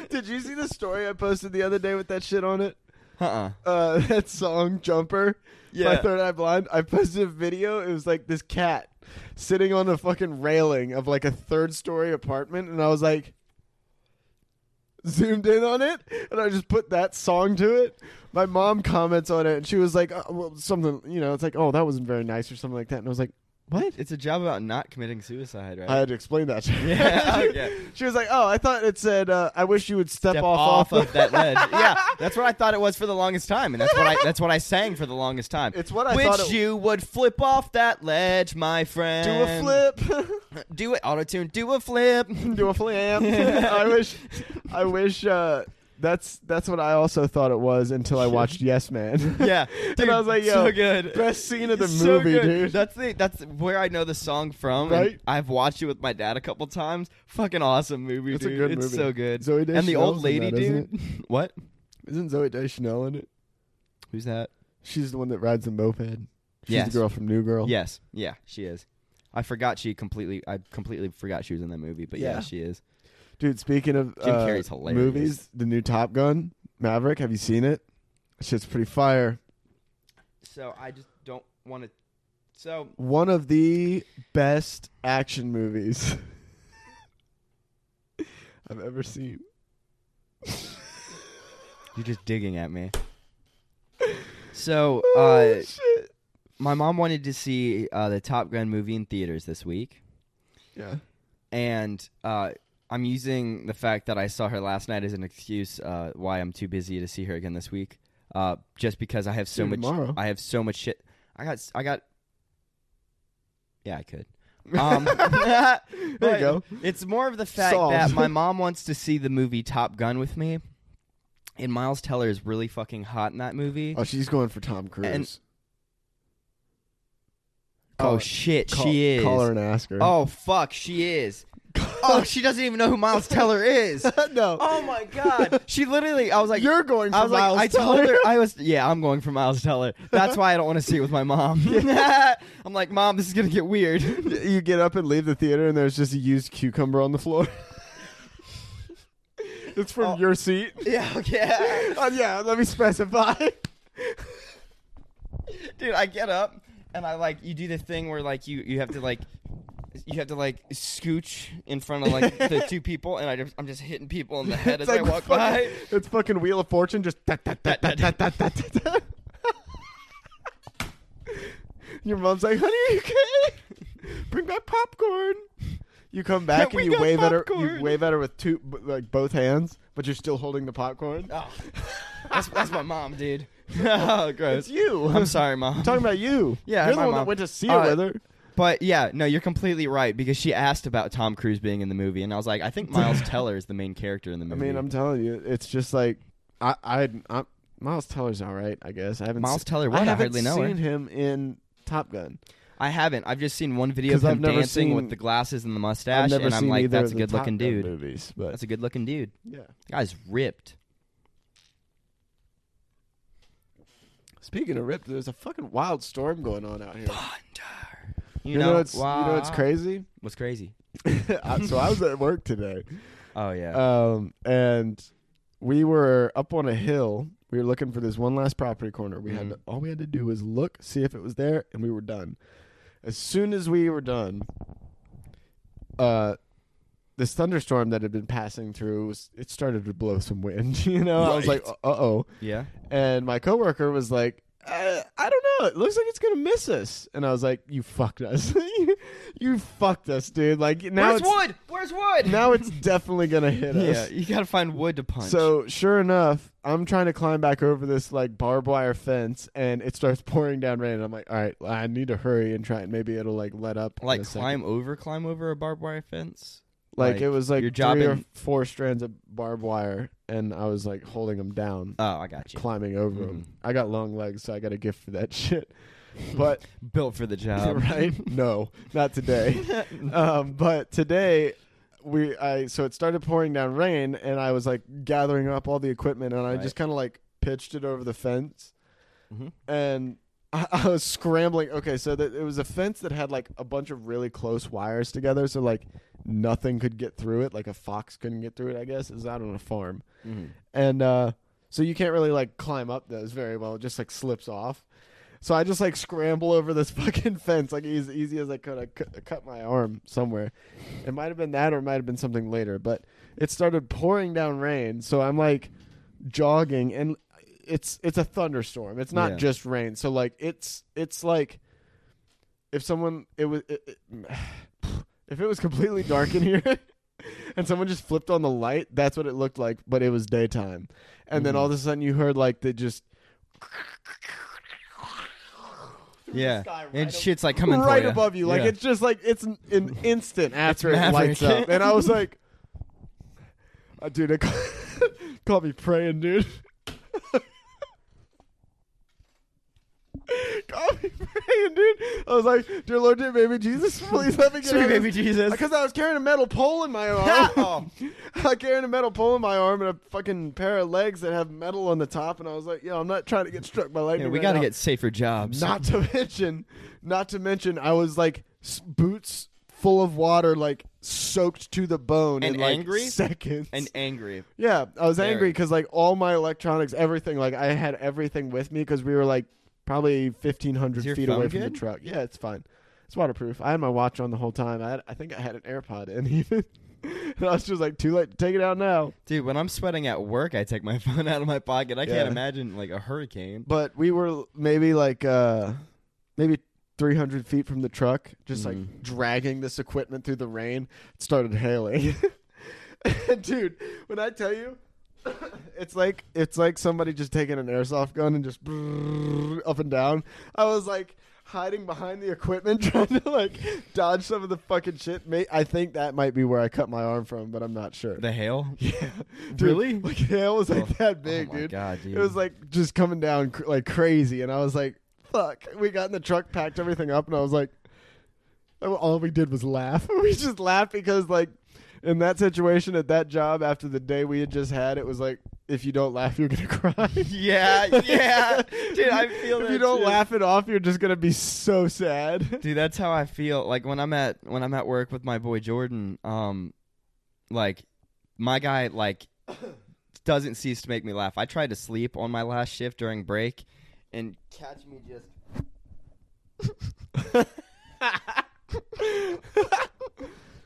[SPEAKER 2] Did you see the story I posted the other day with that shit on it?
[SPEAKER 1] uh-uh.
[SPEAKER 2] Uh, that song "Jumper" by
[SPEAKER 1] Yeah.
[SPEAKER 2] Third Eye Blind. I posted a video. It was like this cat sitting on a fucking railing of like a third-story apartment, and I was like, zoomed in on it and I just put that song to it. My mom comments on it and she was like, oh, well, something, you know, it's like, oh, that wasn't very nice or something like that. And I was like, what?
[SPEAKER 1] It's a job about not committing suicide, right?
[SPEAKER 2] I had to explain that. to her.
[SPEAKER 1] Yeah, okay.
[SPEAKER 2] she was like, oh, I thought it said, uh, I wish you would step,
[SPEAKER 1] Step off,
[SPEAKER 2] off,
[SPEAKER 1] of that ledge. yeah, that's what I thought it was for the longest time, and that's what I that's what I sang for the longest time.
[SPEAKER 2] It's what I
[SPEAKER 1] Which
[SPEAKER 2] thought it-
[SPEAKER 1] you would flip off that ledge, my friend.
[SPEAKER 2] Do a flip.
[SPEAKER 1] Do it. Auto tune. Do a flip.
[SPEAKER 2] Do a flamp. I wish I wish uh that's that's what I also thought it was until I watched Yes Man.
[SPEAKER 1] yeah,
[SPEAKER 2] And
[SPEAKER 1] dude,
[SPEAKER 2] I was like, yo,
[SPEAKER 1] so good.
[SPEAKER 2] best scene of the
[SPEAKER 1] So
[SPEAKER 2] movie,
[SPEAKER 1] good.
[SPEAKER 2] dude.
[SPEAKER 1] That's the that's where I know the song from. and
[SPEAKER 2] Right?
[SPEAKER 1] I've watched it with my dad a couple times. Fucking awesome movie,
[SPEAKER 2] It's a
[SPEAKER 1] dude.
[SPEAKER 2] good
[SPEAKER 1] it's
[SPEAKER 2] movie.
[SPEAKER 1] so good.
[SPEAKER 2] Zooey
[SPEAKER 1] and the
[SPEAKER 2] Deschanel's
[SPEAKER 1] old
[SPEAKER 2] in
[SPEAKER 1] lady,
[SPEAKER 2] that, isn't
[SPEAKER 1] dude. what?
[SPEAKER 2] Isn't Zoe Deschanel in it?
[SPEAKER 1] Who's that?
[SPEAKER 2] She's the one that rides the moped. She's
[SPEAKER 1] Yes.
[SPEAKER 2] the girl from New Girl.
[SPEAKER 1] Yes. Yeah, she is. I forgot she completely. I completely forgot she was in that movie, but yeah,
[SPEAKER 2] Yeah.
[SPEAKER 1] she is.
[SPEAKER 2] Dude, speaking of
[SPEAKER 1] Jim
[SPEAKER 2] uh,
[SPEAKER 1] Carrey's hilarious.
[SPEAKER 2] movies, the new Top Gun Maverick. Have you seen it? Shit's pretty fire.
[SPEAKER 1] So I just don't want to. So
[SPEAKER 2] One of the best action movies I've ever seen.
[SPEAKER 1] you're just digging at me. So
[SPEAKER 2] Oh,
[SPEAKER 1] uh,
[SPEAKER 2] shit.
[SPEAKER 1] my mom wanted to see uh, the Top Gun movie in theaters this week,
[SPEAKER 2] Yeah.
[SPEAKER 1] and uh, I'm using the fact that I saw her last night as an excuse uh, why I'm too busy to see her again this week. Uh, just because I have so
[SPEAKER 2] Dude,
[SPEAKER 1] much,
[SPEAKER 2] tomorrow.
[SPEAKER 1] I have so much shit. I got, s- I got. Yeah, I could. Um, there you
[SPEAKER 2] There you go.
[SPEAKER 1] It's more of the fact
[SPEAKER 2] Solved.
[SPEAKER 1] that my mom wants to see the movie Top Gun with me, and Miles Teller is really fucking hot in that movie.
[SPEAKER 2] Oh, she's going for Tom Cruise.
[SPEAKER 1] And-
[SPEAKER 2] call
[SPEAKER 1] oh
[SPEAKER 2] it-
[SPEAKER 1] shit,
[SPEAKER 2] call,
[SPEAKER 1] she is.
[SPEAKER 2] Call her and ask her.
[SPEAKER 1] Oh fuck, she is. Oh, she doesn't even know who Miles Teller is.
[SPEAKER 2] no.
[SPEAKER 1] Oh my god, she literally. I was like,
[SPEAKER 2] You're going for
[SPEAKER 1] I was like,
[SPEAKER 2] Miles
[SPEAKER 1] I told
[SPEAKER 2] Teller.
[SPEAKER 1] her I was. Yeah, I'm going for Miles Teller. That's why I don't want to see it with my mom. I'm like, mom, this is gonna get weird.
[SPEAKER 2] you get up and leave the theater, and there's just a used cucumber on the floor. it's from
[SPEAKER 1] Oh.
[SPEAKER 2] your seat.
[SPEAKER 1] yeah, okay.
[SPEAKER 2] Oh yeah, let me specify.
[SPEAKER 1] dude i get up and i like you do the thing where like you you have to like you have to like scooch in front of like the two people and i just i'm just hitting people in the head as
[SPEAKER 2] like
[SPEAKER 1] i walk
[SPEAKER 2] fucking,
[SPEAKER 1] by
[SPEAKER 2] It's fucking Wheel of Fortune. Just da, da, da, da, da, da, da, da, da. Your mom's like, "Honey, are you okay? Bring back popcorn." You come back
[SPEAKER 1] We
[SPEAKER 2] and you
[SPEAKER 1] got
[SPEAKER 2] wave at her.
[SPEAKER 1] popcorn.
[SPEAKER 2] You wave at her with two, b- like both hands, but you're still holding the popcorn.
[SPEAKER 1] oh, that's, that's my mom dude oh
[SPEAKER 2] It's
[SPEAKER 1] gross
[SPEAKER 2] you.
[SPEAKER 1] i'm sorry mom
[SPEAKER 2] I'm talking about you.
[SPEAKER 1] Yeah,
[SPEAKER 2] you're the
[SPEAKER 1] my
[SPEAKER 2] one that
[SPEAKER 1] mom.
[SPEAKER 2] went to see
[SPEAKER 1] Uh,
[SPEAKER 2] it with her.
[SPEAKER 1] but yeah no you're completely right because she asked about tom cruise being in the movie and i was like i think miles teller is the main character in the
[SPEAKER 2] I
[SPEAKER 1] movie
[SPEAKER 2] mean, I'm telling you, it's just like I, I, I Miles Teller's all right, I guess. I haven't
[SPEAKER 1] Miles
[SPEAKER 2] se-
[SPEAKER 1] Teller, what? I
[SPEAKER 2] haven't
[SPEAKER 1] hardly know her.
[SPEAKER 2] seen him in Top Gun.
[SPEAKER 1] i haven't i've just seen one video
[SPEAKER 2] 'Cause
[SPEAKER 1] of
[SPEAKER 2] I've
[SPEAKER 1] him
[SPEAKER 2] never
[SPEAKER 1] dancing
[SPEAKER 2] seen-
[SPEAKER 1] with the glasses and the
[SPEAKER 2] I've
[SPEAKER 1] mustache
[SPEAKER 2] never
[SPEAKER 1] and
[SPEAKER 2] seen
[SPEAKER 1] i'm like
[SPEAKER 2] either
[SPEAKER 1] that's a
[SPEAKER 2] of the
[SPEAKER 1] good
[SPEAKER 2] Top
[SPEAKER 1] looking
[SPEAKER 2] Gun
[SPEAKER 1] dude
[SPEAKER 2] Movies, but
[SPEAKER 1] that's a good looking dude
[SPEAKER 2] yeah.
[SPEAKER 1] guy's ripped
[SPEAKER 2] Speaking of ripped, there's a fucking wild storm going on out here.
[SPEAKER 1] You,
[SPEAKER 2] You know, it's you know it's crazy.
[SPEAKER 1] What's crazy?
[SPEAKER 2] I- so I was at work today,
[SPEAKER 1] Oh yeah.
[SPEAKER 2] um, and we were up on a hill. We were looking for this one last property corner. We had
[SPEAKER 1] Mhm.
[SPEAKER 2] to, all we had to do was look, see if it was there, and we were done. As soon as we were done, uh, this thunderstorm that had been passing through was it started to blow some wind. You know, I was like, uh
[SPEAKER 1] Right.
[SPEAKER 2] oh.
[SPEAKER 1] Yeah.
[SPEAKER 2] And my coworker was like, I, I don't know. It looks like it's gonna miss us. And I was like, you fucked us. you fucked us, dude. Like now
[SPEAKER 1] Where's
[SPEAKER 2] it's
[SPEAKER 1] wood? Where's wood?
[SPEAKER 2] now it's definitely gonna hit us.
[SPEAKER 1] Yeah, you gotta find wood to punch.
[SPEAKER 2] So sure enough, I'm trying to climb back over this like barbed wire fence, and it starts pouring down rain. And I'm like, all right, I need to hurry and try, and maybe it'll like let up. in
[SPEAKER 1] like
[SPEAKER 2] a second."
[SPEAKER 1] climb over, climb over a barbed wire fence.
[SPEAKER 2] like,
[SPEAKER 1] like,
[SPEAKER 2] it was like
[SPEAKER 1] your job
[SPEAKER 2] three or
[SPEAKER 1] in-
[SPEAKER 2] four strands of barbed wire, and I was like holding them down,
[SPEAKER 1] Oh, I got you.
[SPEAKER 2] climbing over
[SPEAKER 1] Mhm.
[SPEAKER 2] them. I got long legs, so I got a gift for that shit. But
[SPEAKER 1] Built for the job. Mm-hmm.
[SPEAKER 2] right, no, not today. um, but today we I so it started pouring down rain and I was like gathering up all the equipment and I
[SPEAKER 1] Right.
[SPEAKER 2] just kind of like pitched it over the fence
[SPEAKER 1] Mhm.
[SPEAKER 2] and I, I was scrambling. Okay, so that it was a fence that had like a bunch of really close wires together, so like nothing could get through it. Like a fox couldn't get through it. I guess it was out on a farm
[SPEAKER 1] Mhm.
[SPEAKER 2] and uh, so you can't really like climb up those very well. It just like slips off. So I just like scramble over this fucking fence like as easy as I could. I cut, cut my arm somewhere. It might have been that, or it might have been something later. But it started pouring down rain, so I'm like jogging, and it's it's a thunderstorm. It's not
[SPEAKER 1] Yeah.
[SPEAKER 2] just rain. So like it's it's like if someone it was it, it- if it was completely dark in here and someone just flipped on the light that's what it looked like but it was daytime and
[SPEAKER 1] Mm.
[SPEAKER 2] then all of a sudden you heard like the just
[SPEAKER 1] Yeah.
[SPEAKER 2] sky right
[SPEAKER 1] and
[SPEAKER 2] ab-
[SPEAKER 1] shit's like coming
[SPEAKER 2] right
[SPEAKER 1] for ya.
[SPEAKER 2] above you like
[SPEAKER 1] Yeah.
[SPEAKER 2] it's just like it's an, an instant after it lights
[SPEAKER 1] Maverick.
[SPEAKER 2] up and i was like uh, dude it ca- caught me praying dude Caught me praying, dude. I was like, "Dear Lord, dear baby Jesus, please let me get out
[SPEAKER 1] Sweet
[SPEAKER 2] of this-
[SPEAKER 1] baby Jesus.
[SPEAKER 2] because I was carrying a metal pole in my arm. I was carrying a metal pole in my arm and a fucking pair of legs that have metal on the top, and I was like, "Yo, I'm not trying to get struck by
[SPEAKER 1] Yeah,
[SPEAKER 2] lightning."
[SPEAKER 1] we
[SPEAKER 2] right
[SPEAKER 1] gotta
[SPEAKER 2] now.
[SPEAKER 1] get safer jobs.
[SPEAKER 2] Not to mention, not to mention, I was like s- boots full of water, like soaked to the bone,
[SPEAKER 1] And
[SPEAKER 2] in like
[SPEAKER 1] angry?
[SPEAKER 2] seconds.
[SPEAKER 1] and angry.
[SPEAKER 2] yeah, I was angry
[SPEAKER 1] Very.
[SPEAKER 2] because like all my electronics, everything, like I had everything with me because we were like probably 1,500
[SPEAKER 1] Is your
[SPEAKER 2] feet away
[SPEAKER 1] phone
[SPEAKER 2] from the
[SPEAKER 1] good?
[SPEAKER 2] truck. Yeah, it's fine. It's waterproof. I had my watch on the whole time. I had, I think I had an AirPod in even. And I was just like, too late to take it out now.
[SPEAKER 1] Dude, when I'm sweating at work, I take my phone out of my pocket. I
[SPEAKER 2] Yeah.
[SPEAKER 1] can't imagine like a hurricane.
[SPEAKER 2] but we were maybe like uh maybe 300 feet from the truck just like
[SPEAKER 1] Mhm.
[SPEAKER 2] dragging this equipment through the rain it started hailing dude when i tell you it's like it's like somebody just taking an airsoft gun and just brrrr up and down i was like hiding behind the equipment trying to like dodge some of the fucking shit May- i think that might be where i cut my arm from but i'm not sure
[SPEAKER 1] The hail?
[SPEAKER 2] yeah Dude,
[SPEAKER 1] Really?
[SPEAKER 2] like hail was like
[SPEAKER 1] Oh.
[SPEAKER 2] that big
[SPEAKER 1] oh my
[SPEAKER 2] dude
[SPEAKER 1] God, dude.
[SPEAKER 2] it was like just coming down cr- like crazy, and I was like, "Fuck!" We got in the truck, packed everything up, and I was like, "All we did was laugh. we just laughed because, like, in that situation at that job, after the day we had just had, it was like, if you don't laugh, you're gonna cry.
[SPEAKER 1] Yeah, yeah. Dude, I feel
[SPEAKER 2] if
[SPEAKER 1] that
[SPEAKER 2] you don't
[SPEAKER 1] too.
[SPEAKER 2] laugh it off, you're just gonna be so sad.
[SPEAKER 1] Dude, that's how I feel. Like when I'm at when I'm at work with my boy Jordan, um like my guy like doesn't cease to make me laugh. I tried to sleep on my last shift during break and catch me just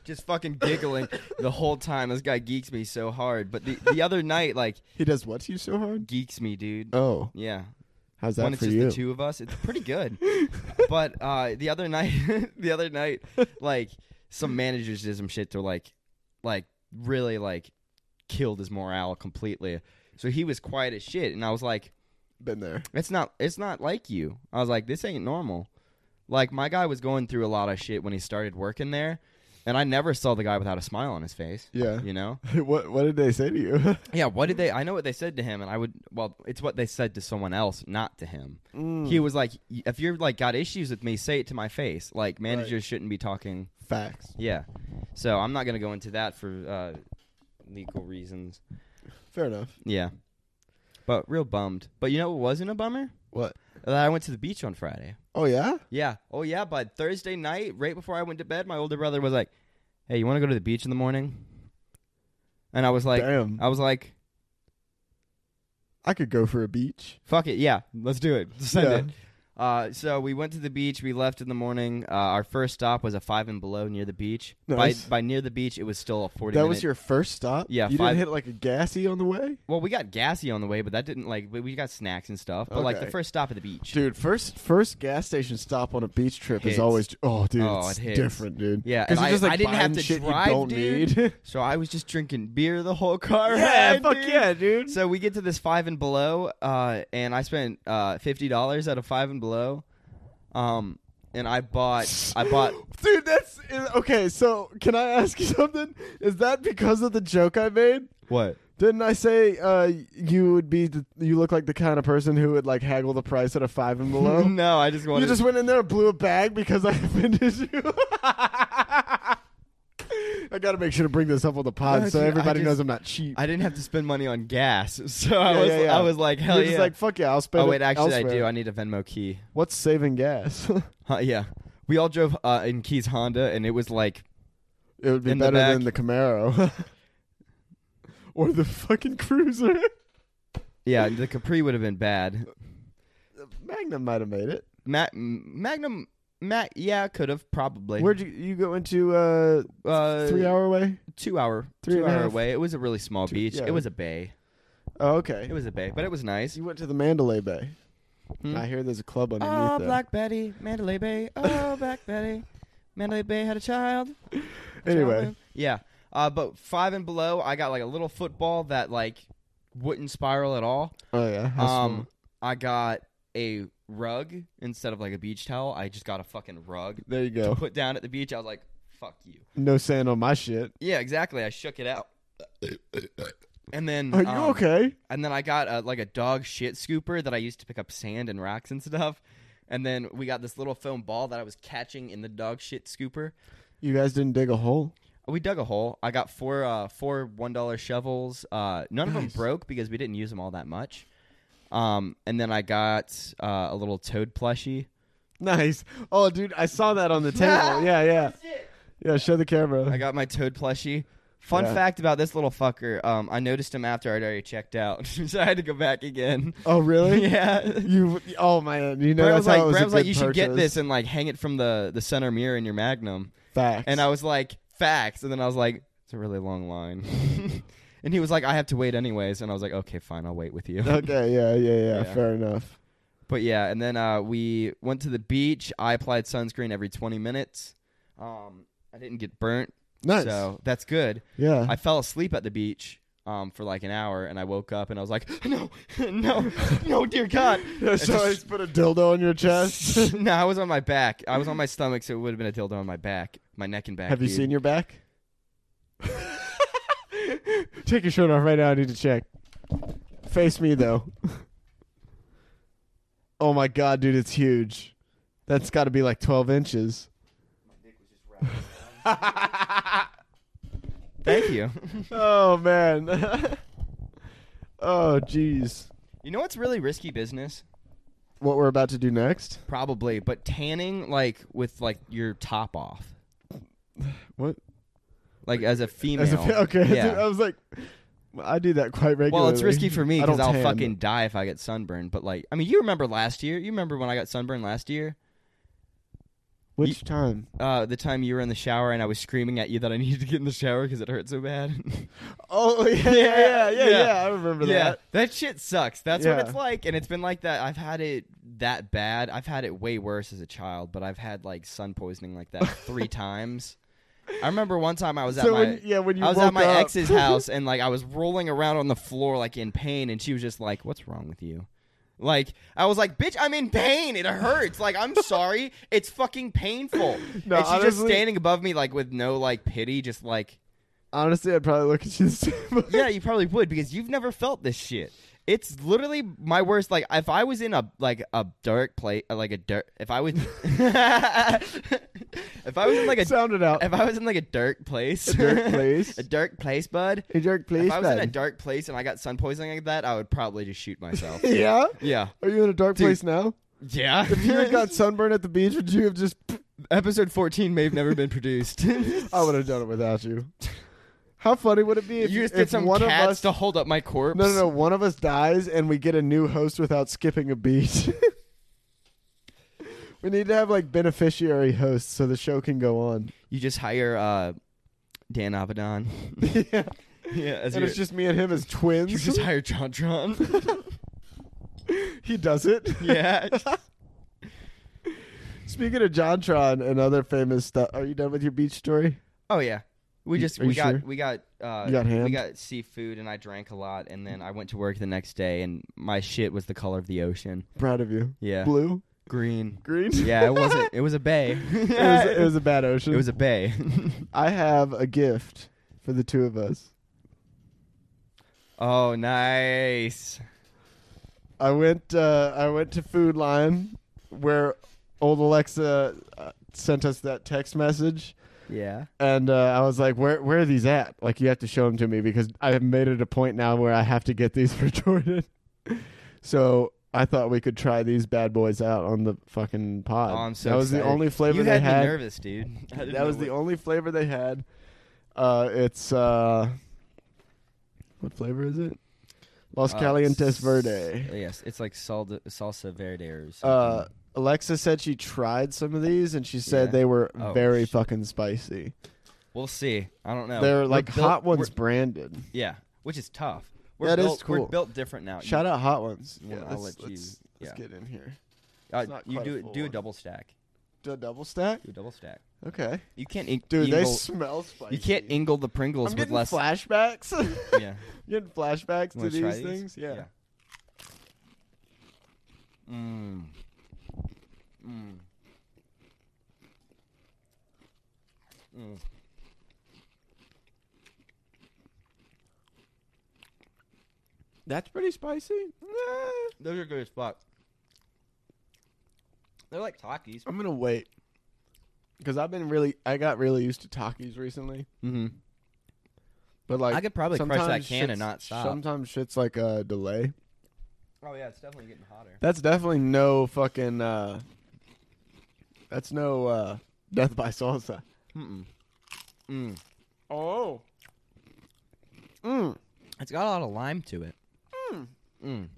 [SPEAKER 1] just fucking giggling the whole time. This guy geeks me so hard. But the, the other night, like
[SPEAKER 2] he does what to you so hard?
[SPEAKER 1] geeks me, dude.
[SPEAKER 2] Oh,
[SPEAKER 1] Yeah.
[SPEAKER 2] how's that
[SPEAKER 1] When it's
[SPEAKER 2] for
[SPEAKER 1] just
[SPEAKER 2] you?
[SPEAKER 1] the two of us, it's pretty good. but uh, the other night, the other night, like some managers did some shit to like, like really like killed his morale completely. So he was quiet as shit, and I was like,
[SPEAKER 2] Been there.
[SPEAKER 1] "It's not, it's not like you." I was like, "This ain't normal." Like my guy was going through a lot of shit when he started working there, and I never saw the guy without a smile on his face.
[SPEAKER 2] Yeah.
[SPEAKER 1] You know?
[SPEAKER 2] what What did they say to you?
[SPEAKER 1] Yeah. What did they? I know what they said to him, and I would. Well, it's what they said to someone else, not to him he was like "Y- if you're like got issues with me say it to my face like managers shouldn't be talking
[SPEAKER 2] Facts.
[SPEAKER 1] yeah so i'm not going to go into that for uh, legal reasons
[SPEAKER 2] Fair enough.
[SPEAKER 1] yeah but real bummed but you know what wasn't a bummer
[SPEAKER 2] What?
[SPEAKER 1] that i went to the beach on friday
[SPEAKER 2] Oh yeah.
[SPEAKER 1] yeah oh yeah but thursday night right before i went to bed my older brother was like hey you want to go to the beach in the morning and i was like
[SPEAKER 2] Damn.
[SPEAKER 1] i was like
[SPEAKER 2] I could go for a beach.
[SPEAKER 1] fuck it yeah let's do it send
[SPEAKER 2] Yeah.
[SPEAKER 1] it Uh, so we went to the beach. We left in the morning. Uh, our first stop was a five and below near the beach.
[SPEAKER 2] Nice.
[SPEAKER 1] By by near the beach, it was still a forty.
[SPEAKER 2] That
[SPEAKER 1] minute-
[SPEAKER 2] was your first stop.
[SPEAKER 1] Yeah,
[SPEAKER 2] you
[SPEAKER 1] five-
[SPEAKER 2] didn't hit like a gassy on the way,
[SPEAKER 1] Well, we got gassy on the way, but that didn't like. We, we got snacks and stuff. But like the
[SPEAKER 2] Okay.
[SPEAKER 1] first stop at the beach.
[SPEAKER 2] dude. First, first gas station stop on a beach trip
[SPEAKER 1] Hits.
[SPEAKER 2] is always oh, dude,
[SPEAKER 1] Oh,
[SPEAKER 2] it's
[SPEAKER 1] it hits.
[SPEAKER 2] different, dude.
[SPEAKER 1] Yeah,
[SPEAKER 2] because
[SPEAKER 1] and I-
[SPEAKER 2] just like
[SPEAKER 1] I didn't have
[SPEAKER 2] buying
[SPEAKER 1] to
[SPEAKER 2] shit
[SPEAKER 1] drive,
[SPEAKER 2] you don't
[SPEAKER 1] dude.
[SPEAKER 2] need.
[SPEAKER 1] So I was just drinking beer the whole car.
[SPEAKER 2] yeah,
[SPEAKER 1] ride,
[SPEAKER 2] fuck
[SPEAKER 1] dude.
[SPEAKER 2] yeah, dude.
[SPEAKER 1] So we get to this five and below, uh, and I spent uh, fifty dollars at a five and below, um, and I bought I bought
[SPEAKER 2] Dude, that's okay. So, can I ask you something? Is that because of the joke I made?
[SPEAKER 1] what?
[SPEAKER 2] Didn't I say uh, you would be the, you look like the kind of person who would like haggle the price at a five and below?
[SPEAKER 1] no, I just wanted.
[SPEAKER 2] You just went in there and blew a bag because I offended you. I gotta make sure to bring this up on the pod
[SPEAKER 1] No,
[SPEAKER 2] so
[SPEAKER 1] dude, I
[SPEAKER 2] everybody
[SPEAKER 1] just-
[SPEAKER 2] knows I'm not cheap.
[SPEAKER 1] I didn't have to spend money on gas, so I
[SPEAKER 2] Yeah,
[SPEAKER 1] was
[SPEAKER 2] yeah, yeah.
[SPEAKER 1] I was like hell
[SPEAKER 2] You're
[SPEAKER 1] yeah.
[SPEAKER 2] just like fuck yeah, I'll spend.
[SPEAKER 1] oh wait,
[SPEAKER 2] it
[SPEAKER 1] actually I
[SPEAKER 2] elsewhere.
[SPEAKER 1] do. I need a Venmo key.
[SPEAKER 2] What's saving gas?
[SPEAKER 1] Huh, yeah, we all drove uh, in Keys Honda, and it was like
[SPEAKER 2] it would be
[SPEAKER 1] In the
[SPEAKER 2] better than the
[SPEAKER 1] back.
[SPEAKER 2] Camaro or the fucking Cruiser.
[SPEAKER 1] yeah, the Capri would have been bad.
[SPEAKER 2] Magnum might have made it.
[SPEAKER 1] Ma- Magnum, Mac, yeah, could have probably.
[SPEAKER 2] Where'd you you go into? Uh,
[SPEAKER 1] uh,
[SPEAKER 2] three hour way.
[SPEAKER 1] two hour,
[SPEAKER 2] Three
[SPEAKER 1] two
[SPEAKER 2] and a
[SPEAKER 1] hour
[SPEAKER 2] half.
[SPEAKER 1] away. It was a really small
[SPEAKER 2] Two-
[SPEAKER 1] beach.
[SPEAKER 2] yeah.
[SPEAKER 1] It was a bay.
[SPEAKER 2] Oh, okay.
[SPEAKER 1] It was a bay, but it was nice.
[SPEAKER 2] you went to the Mandalay Bay.
[SPEAKER 1] Hmm?
[SPEAKER 2] I hear there's a club underneath
[SPEAKER 1] Oh,
[SPEAKER 2] there.
[SPEAKER 1] Black Betty, Mandalay Bay. Oh, Black Betty, Mandalay Bay had a child.
[SPEAKER 2] anyway,
[SPEAKER 1] yeah. Uh, but five and below, I got like a little football that like wouldn't spiral at all.
[SPEAKER 2] oh yeah. that's
[SPEAKER 1] Um, I got a rug instead of like a beach towel. I just got a fucking rug
[SPEAKER 2] There you
[SPEAKER 1] to
[SPEAKER 2] go.
[SPEAKER 1] put down at the beach. I was like, fuck you.
[SPEAKER 2] No sand on my shit.
[SPEAKER 1] Yeah, exactly. I shook it out. And then
[SPEAKER 2] Are you
[SPEAKER 1] um,
[SPEAKER 2] okay?
[SPEAKER 1] And then I got a, like a dog shit scooper that I used to pick up sand and rocks and stuff. And then we got this little foam ball that I was catching in the dog shit scooper.
[SPEAKER 2] You guys didn't dig a hole.
[SPEAKER 1] We dug a hole. I got four uh, four one dollar shovels. Uh, none of them
[SPEAKER 2] Nice.
[SPEAKER 1] broke because we didn't use them all that much. Um, and then I got uh, a little toad plushie.
[SPEAKER 2] Nice. Oh, dude, I saw that on the table. yeah, yeah, yeah. Show the
[SPEAKER 1] I
[SPEAKER 2] camera.
[SPEAKER 1] got my toad plushie. Fun
[SPEAKER 2] Yeah.
[SPEAKER 1] fact about this little fucker: um, I noticed him after I'd already checked out, so I had to go back again.
[SPEAKER 2] Oh, really?
[SPEAKER 1] yeah.
[SPEAKER 2] You. Oh man. You know
[SPEAKER 1] Brad
[SPEAKER 2] that's
[SPEAKER 1] was like,
[SPEAKER 2] how it was
[SPEAKER 1] Brad
[SPEAKER 2] a
[SPEAKER 1] was like,
[SPEAKER 2] good
[SPEAKER 1] you should get
[SPEAKER 2] purchase.
[SPEAKER 1] this and like hang it from the the center mirror in your Magnum.
[SPEAKER 2] Facts.
[SPEAKER 1] And I was like, facts. And then I was like, it's a really long line. and he was like, I have to wait anyways. And I was like, okay, fine, I'll wait with you.
[SPEAKER 2] Okay. Yeah. Yeah. Yeah.
[SPEAKER 1] Yeah.
[SPEAKER 2] Fair enough.
[SPEAKER 1] but yeah, and then uh, we went to the beach. I applied sunscreen every 20 minutes. Um, I didn't get burnt,
[SPEAKER 2] Nice. Uh-huh.
[SPEAKER 1] so that's good.
[SPEAKER 2] yeah.
[SPEAKER 1] I fell asleep at the beach. Um, for like an hour, and I woke up and I was like, "No, no, no, dear God!"
[SPEAKER 2] Yeah, so I just put a dildo on your chest.
[SPEAKER 1] no, I was on my back. I was on my stomach, so it would have been a dildo on my back, my neck and back.
[SPEAKER 2] Have you
[SPEAKER 1] dude.
[SPEAKER 2] seen your back? Take your shirt off right now. I need to check. Face me though. oh my god, dude, it's huge. That's got to be like twelve inches.
[SPEAKER 1] Thank you.
[SPEAKER 2] Oh man. oh jeez.
[SPEAKER 1] you know what's really risky business?
[SPEAKER 2] What we're about to do next?
[SPEAKER 1] Probably, but tanning like with like your top off,
[SPEAKER 2] What?
[SPEAKER 1] like as a female.
[SPEAKER 2] As a fa- okay.
[SPEAKER 1] Yeah.
[SPEAKER 2] dude, I was like, I do that quite regularly.
[SPEAKER 1] well, it's risky for me
[SPEAKER 2] I
[SPEAKER 1] because
[SPEAKER 2] don't
[SPEAKER 1] I'll
[SPEAKER 2] tan.
[SPEAKER 1] fucking die if I get sunburned. But like, I mean, you remember last year? You remember when I got sunburned last year?
[SPEAKER 2] Which time?
[SPEAKER 1] Uh, the time you were in the shower and I was screaming at you that I needed to get in the shower because it hurt so bad.
[SPEAKER 2] Oh yeah, yeah, yeah, yeah.
[SPEAKER 1] Yeah.
[SPEAKER 2] I remember
[SPEAKER 1] yeah,
[SPEAKER 2] that.
[SPEAKER 1] that shit sucks. That's
[SPEAKER 2] Yeah.
[SPEAKER 1] what it's like, and it's been like that. I've had it that bad. I've had it way worse as a child, but I've had like sun poisoning like that three times. I remember one time I was at
[SPEAKER 2] so
[SPEAKER 1] my
[SPEAKER 2] when, yeah, when you
[SPEAKER 1] I was at
[SPEAKER 2] woke
[SPEAKER 1] my
[SPEAKER 2] up-
[SPEAKER 1] ex's house, and like I was rolling around on the floor like in pain, and she was just like, "What's wrong with you?" Like I was like, "Bitch, I'm in pain. It hurts. Like I'm sorry. It's fucking painful."
[SPEAKER 2] No,
[SPEAKER 1] and she's just
[SPEAKER 2] honestly-
[SPEAKER 1] standing above me like with no like pity, just like
[SPEAKER 2] Honestly, I'd probably look at you the same way.
[SPEAKER 1] yeah, you probably would because you've never felt this shit. It's literally my worst. Like if I was in a like a dark place, like a dirt. If I was, if I was in like a,
[SPEAKER 2] Sound it out.
[SPEAKER 1] if I was in like a dark place,
[SPEAKER 2] A dark place?
[SPEAKER 1] a dark place, bud.
[SPEAKER 2] Hey, jerk, please.
[SPEAKER 1] if I was in a
[SPEAKER 2] man.
[SPEAKER 1] dark place and I got sun poisoning like that, I would probably just shoot myself.
[SPEAKER 2] yeah?
[SPEAKER 1] yeah,
[SPEAKER 2] Are you in a dark
[SPEAKER 1] Dude.
[SPEAKER 2] place now?
[SPEAKER 1] yeah.
[SPEAKER 2] If you had got sunburned at the beach, would you have just?
[SPEAKER 1] episode fourteen may have never been produced.
[SPEAKER 2] I would have done it without you. How funny would it be if
[SPEAKER 1] you just
[SPEAKER 2] if
[SPEAKER 1] did some
[SPEAKER 2] one of
[SPEAKER 1] cats
[SPEAKER 2] us?
[SPEAKER 1] to hold up my corpse.
[SPEAKER 2] no, no, no. One of us dies, and we get a new host without skipping a beat. We need to have like beneficiary hosts so the show can go on.
[SPEAKER 1] You just hire uh, Dan Avedon.
[SPEAKER 2] yeah.
[SPEAKER 1] yeah, as
[SPEAKER 2] And
[SPEAKER 1] your-
[SPEAKER 2] it's just me and him as
[SPEAKER 1] you
[SPEAKER 2] twins.
[SPEAKER 1] just hire John Tron.
[SPEAKER 2] he does it.
[SPEAKER 1] yeah.
[SPEAKER 2] Speaking of JonTron and other famous stuff, are you done with your beach story?
[SPEAKER 1] Oh yeah. We just
[SPEAKER 2] Are you
[SPEAKER 1] we got,
[SPEAKER 2] sure?
[SPEAKER 1] we got uh,
[SPEAKER 2] You got
[SPEAKER 1] we
[SPEAKER 2] hammed?
[SPEAKER 1] got seafood and I drank a lot and then I went to work the next day and my shit was the color of the ocean.
[SPEAKER 2] Proud of you.
[SPEAKER 1] Yeah,
[SPEAKER 2] Blue,
[SPEAKER 1] green.
[SPEAKER 2] green.
[SPEAKER 1] Yeah, it wasn't. It was a bay.
[SPEAKER 2] it, was, it was a bad ocean.
[SPEAKER 1] It was a bay.
[SPEAKER 2] I have a gift for the two of us.
[SPEAKER 1] oh, nice.
[SPEAKER 2] I went. Uh, I went to Food Line, where old Alexa uh, sent us that text message,
[SPEAKER 1] Yeah.
[SPEAKER 2] and uh, I was like, "Where where are these at? Like, you have to show them to me because I have made it a point now where I have to get these for Jordan." so I thought we could try these bad boys out on the fucking pod.
[SPEAKER 1] Oh, I'm so.
[SPEAKER 2] that was the
[SPEAKER 1] excited.
[SPEAKER 2] only flavor
[SPEAKER 1] you
[SPEAKER 2] they
[SPEAKER 1] had.
[SPEAKER 2] had.
[SPEAKER 1] me nervous, dude. I didn't
[SPEAKER 2] That was
[SPEAKER 1] know
[SPEAKER 2] the
[SPEAKER 1] what-
[SPEAKER 2] only flavor they had. Uh, it's uh, what flavor is it? Los
[SPEAKER 1] uh,
[SPEAKER 2] Calientes
[SPEAKER 1] s-
[SPEAKER 2] Verde.
[SPEAKER 1] Yes, it's like salsa, salsa verde or
[SPEAKER 2] Uh,
[SPEAKER 1] something.
[SPEAKER 2] Alexa said she tried some of these and she said
[SPEAKER 1] Yeah.
[SPEAKER 2] they were
[SPEAKER 1] Oh,
[SPEAKER 2] very
[SPEAKER 1] sh-
[SPEAKER 2] fucking spicy.
[SPEAKER 1] we'll see. I don't know.
[SPEAKER 2] They're
[SPEAKER 1] We're
[SPEAKER 2] like
[SPEAKER 1] built-
[SPEAKER 2] hot ones
[SPEAKER 1] we're-
[SPEAKER 2] branded.
[SPEAKER 1] Yeah, which is tough. We're
[SPEAKER 2] That is
[SPEAKER 1] built, We're
[SPEAKER 2] cool.
[SPEAKER 1] built different now.
[SPEAKER 2] Shout out hot ones.
[SPEAKER 1] Yeah, I'll
[SPEAKER 2] Uh, let's,
[SPEAKER 1] let you-
[SPEAKER 2] let's, let's
[SPEAKER 1] yeah.
[SPEAKER 2] get in here.
[SPEAKER 1] Uh,
[SPEAKER 2] it's not
[SPEAKER 1] you
[SPEAKER 2] quite a
[SPEAKER 1] do
[SPEAKER 2] full
[SPEAKER 1] do a
[SPEAKER 2] one.
[SPEAKER 1] double stack.
[SPEAKER 2] Do a double stack?
[SPEAKER 1] Do a double stack.
[SPEAKER 2] Okay,
[SPEAKER 1] You can't ing-
[SPEAKER 2] dude, they
[SPEAKER 1] ingle-
[SPEAKER 2] smell spicy.
[SPEAKER 1] you can't ingle the Pringles
[SPEAKER 2] I'm
[SPEAKER 1] with
[SPEAKER 2] getting
[SPEAKER 1] less.
[SPEAKER 2] flashbacks.
[SPEAKER 1] Yeah.
[SPEAKER 2] getting flashbacks
[SPEAKER 1] You
[SPEAKER 2] to
[SPEAKER 1] wanna
[SPEAKER 2] these,
[SPEAKER 1] try
[SPEAKER 2] things. Yeah.
[SPEAKER 1] Yeah. Mm. Mm. Mm.
[SPEAKER 2] that's pretty spicy. Nah.
[SPEAKER 1] Those are good as fuck. They're like Takis.
[SPEAKER 2] I'm gonna wait because I've been really I got really used to Takis recently,
[SPEAKER 1] Mm-hmm.
[SPEAKER 2] but like
[SPEAKER 1] I could probably crush that
[SPEAKER 2] sometimes
[SPEAKER 1] can and
[SPEAKER 2] shit's-
[SPEAKER 1] not stop.
[SPEAKER 2] Sometimes shit's like a delay.
[SPEAKER 1] Oh yeah, it's definitely getting hotter.
[SPEAKER 2] That's definitely no fucking. uh That's no uh death by salsa.
[SPEAKER 1] Mm-mm. Mm.
[SPEAKER 2] Oh. Mm.
[SPEAKER 1] It's got a lot of lime to it.
[SPEAKER 2] Mm.
[SPEAKER 1] Mm.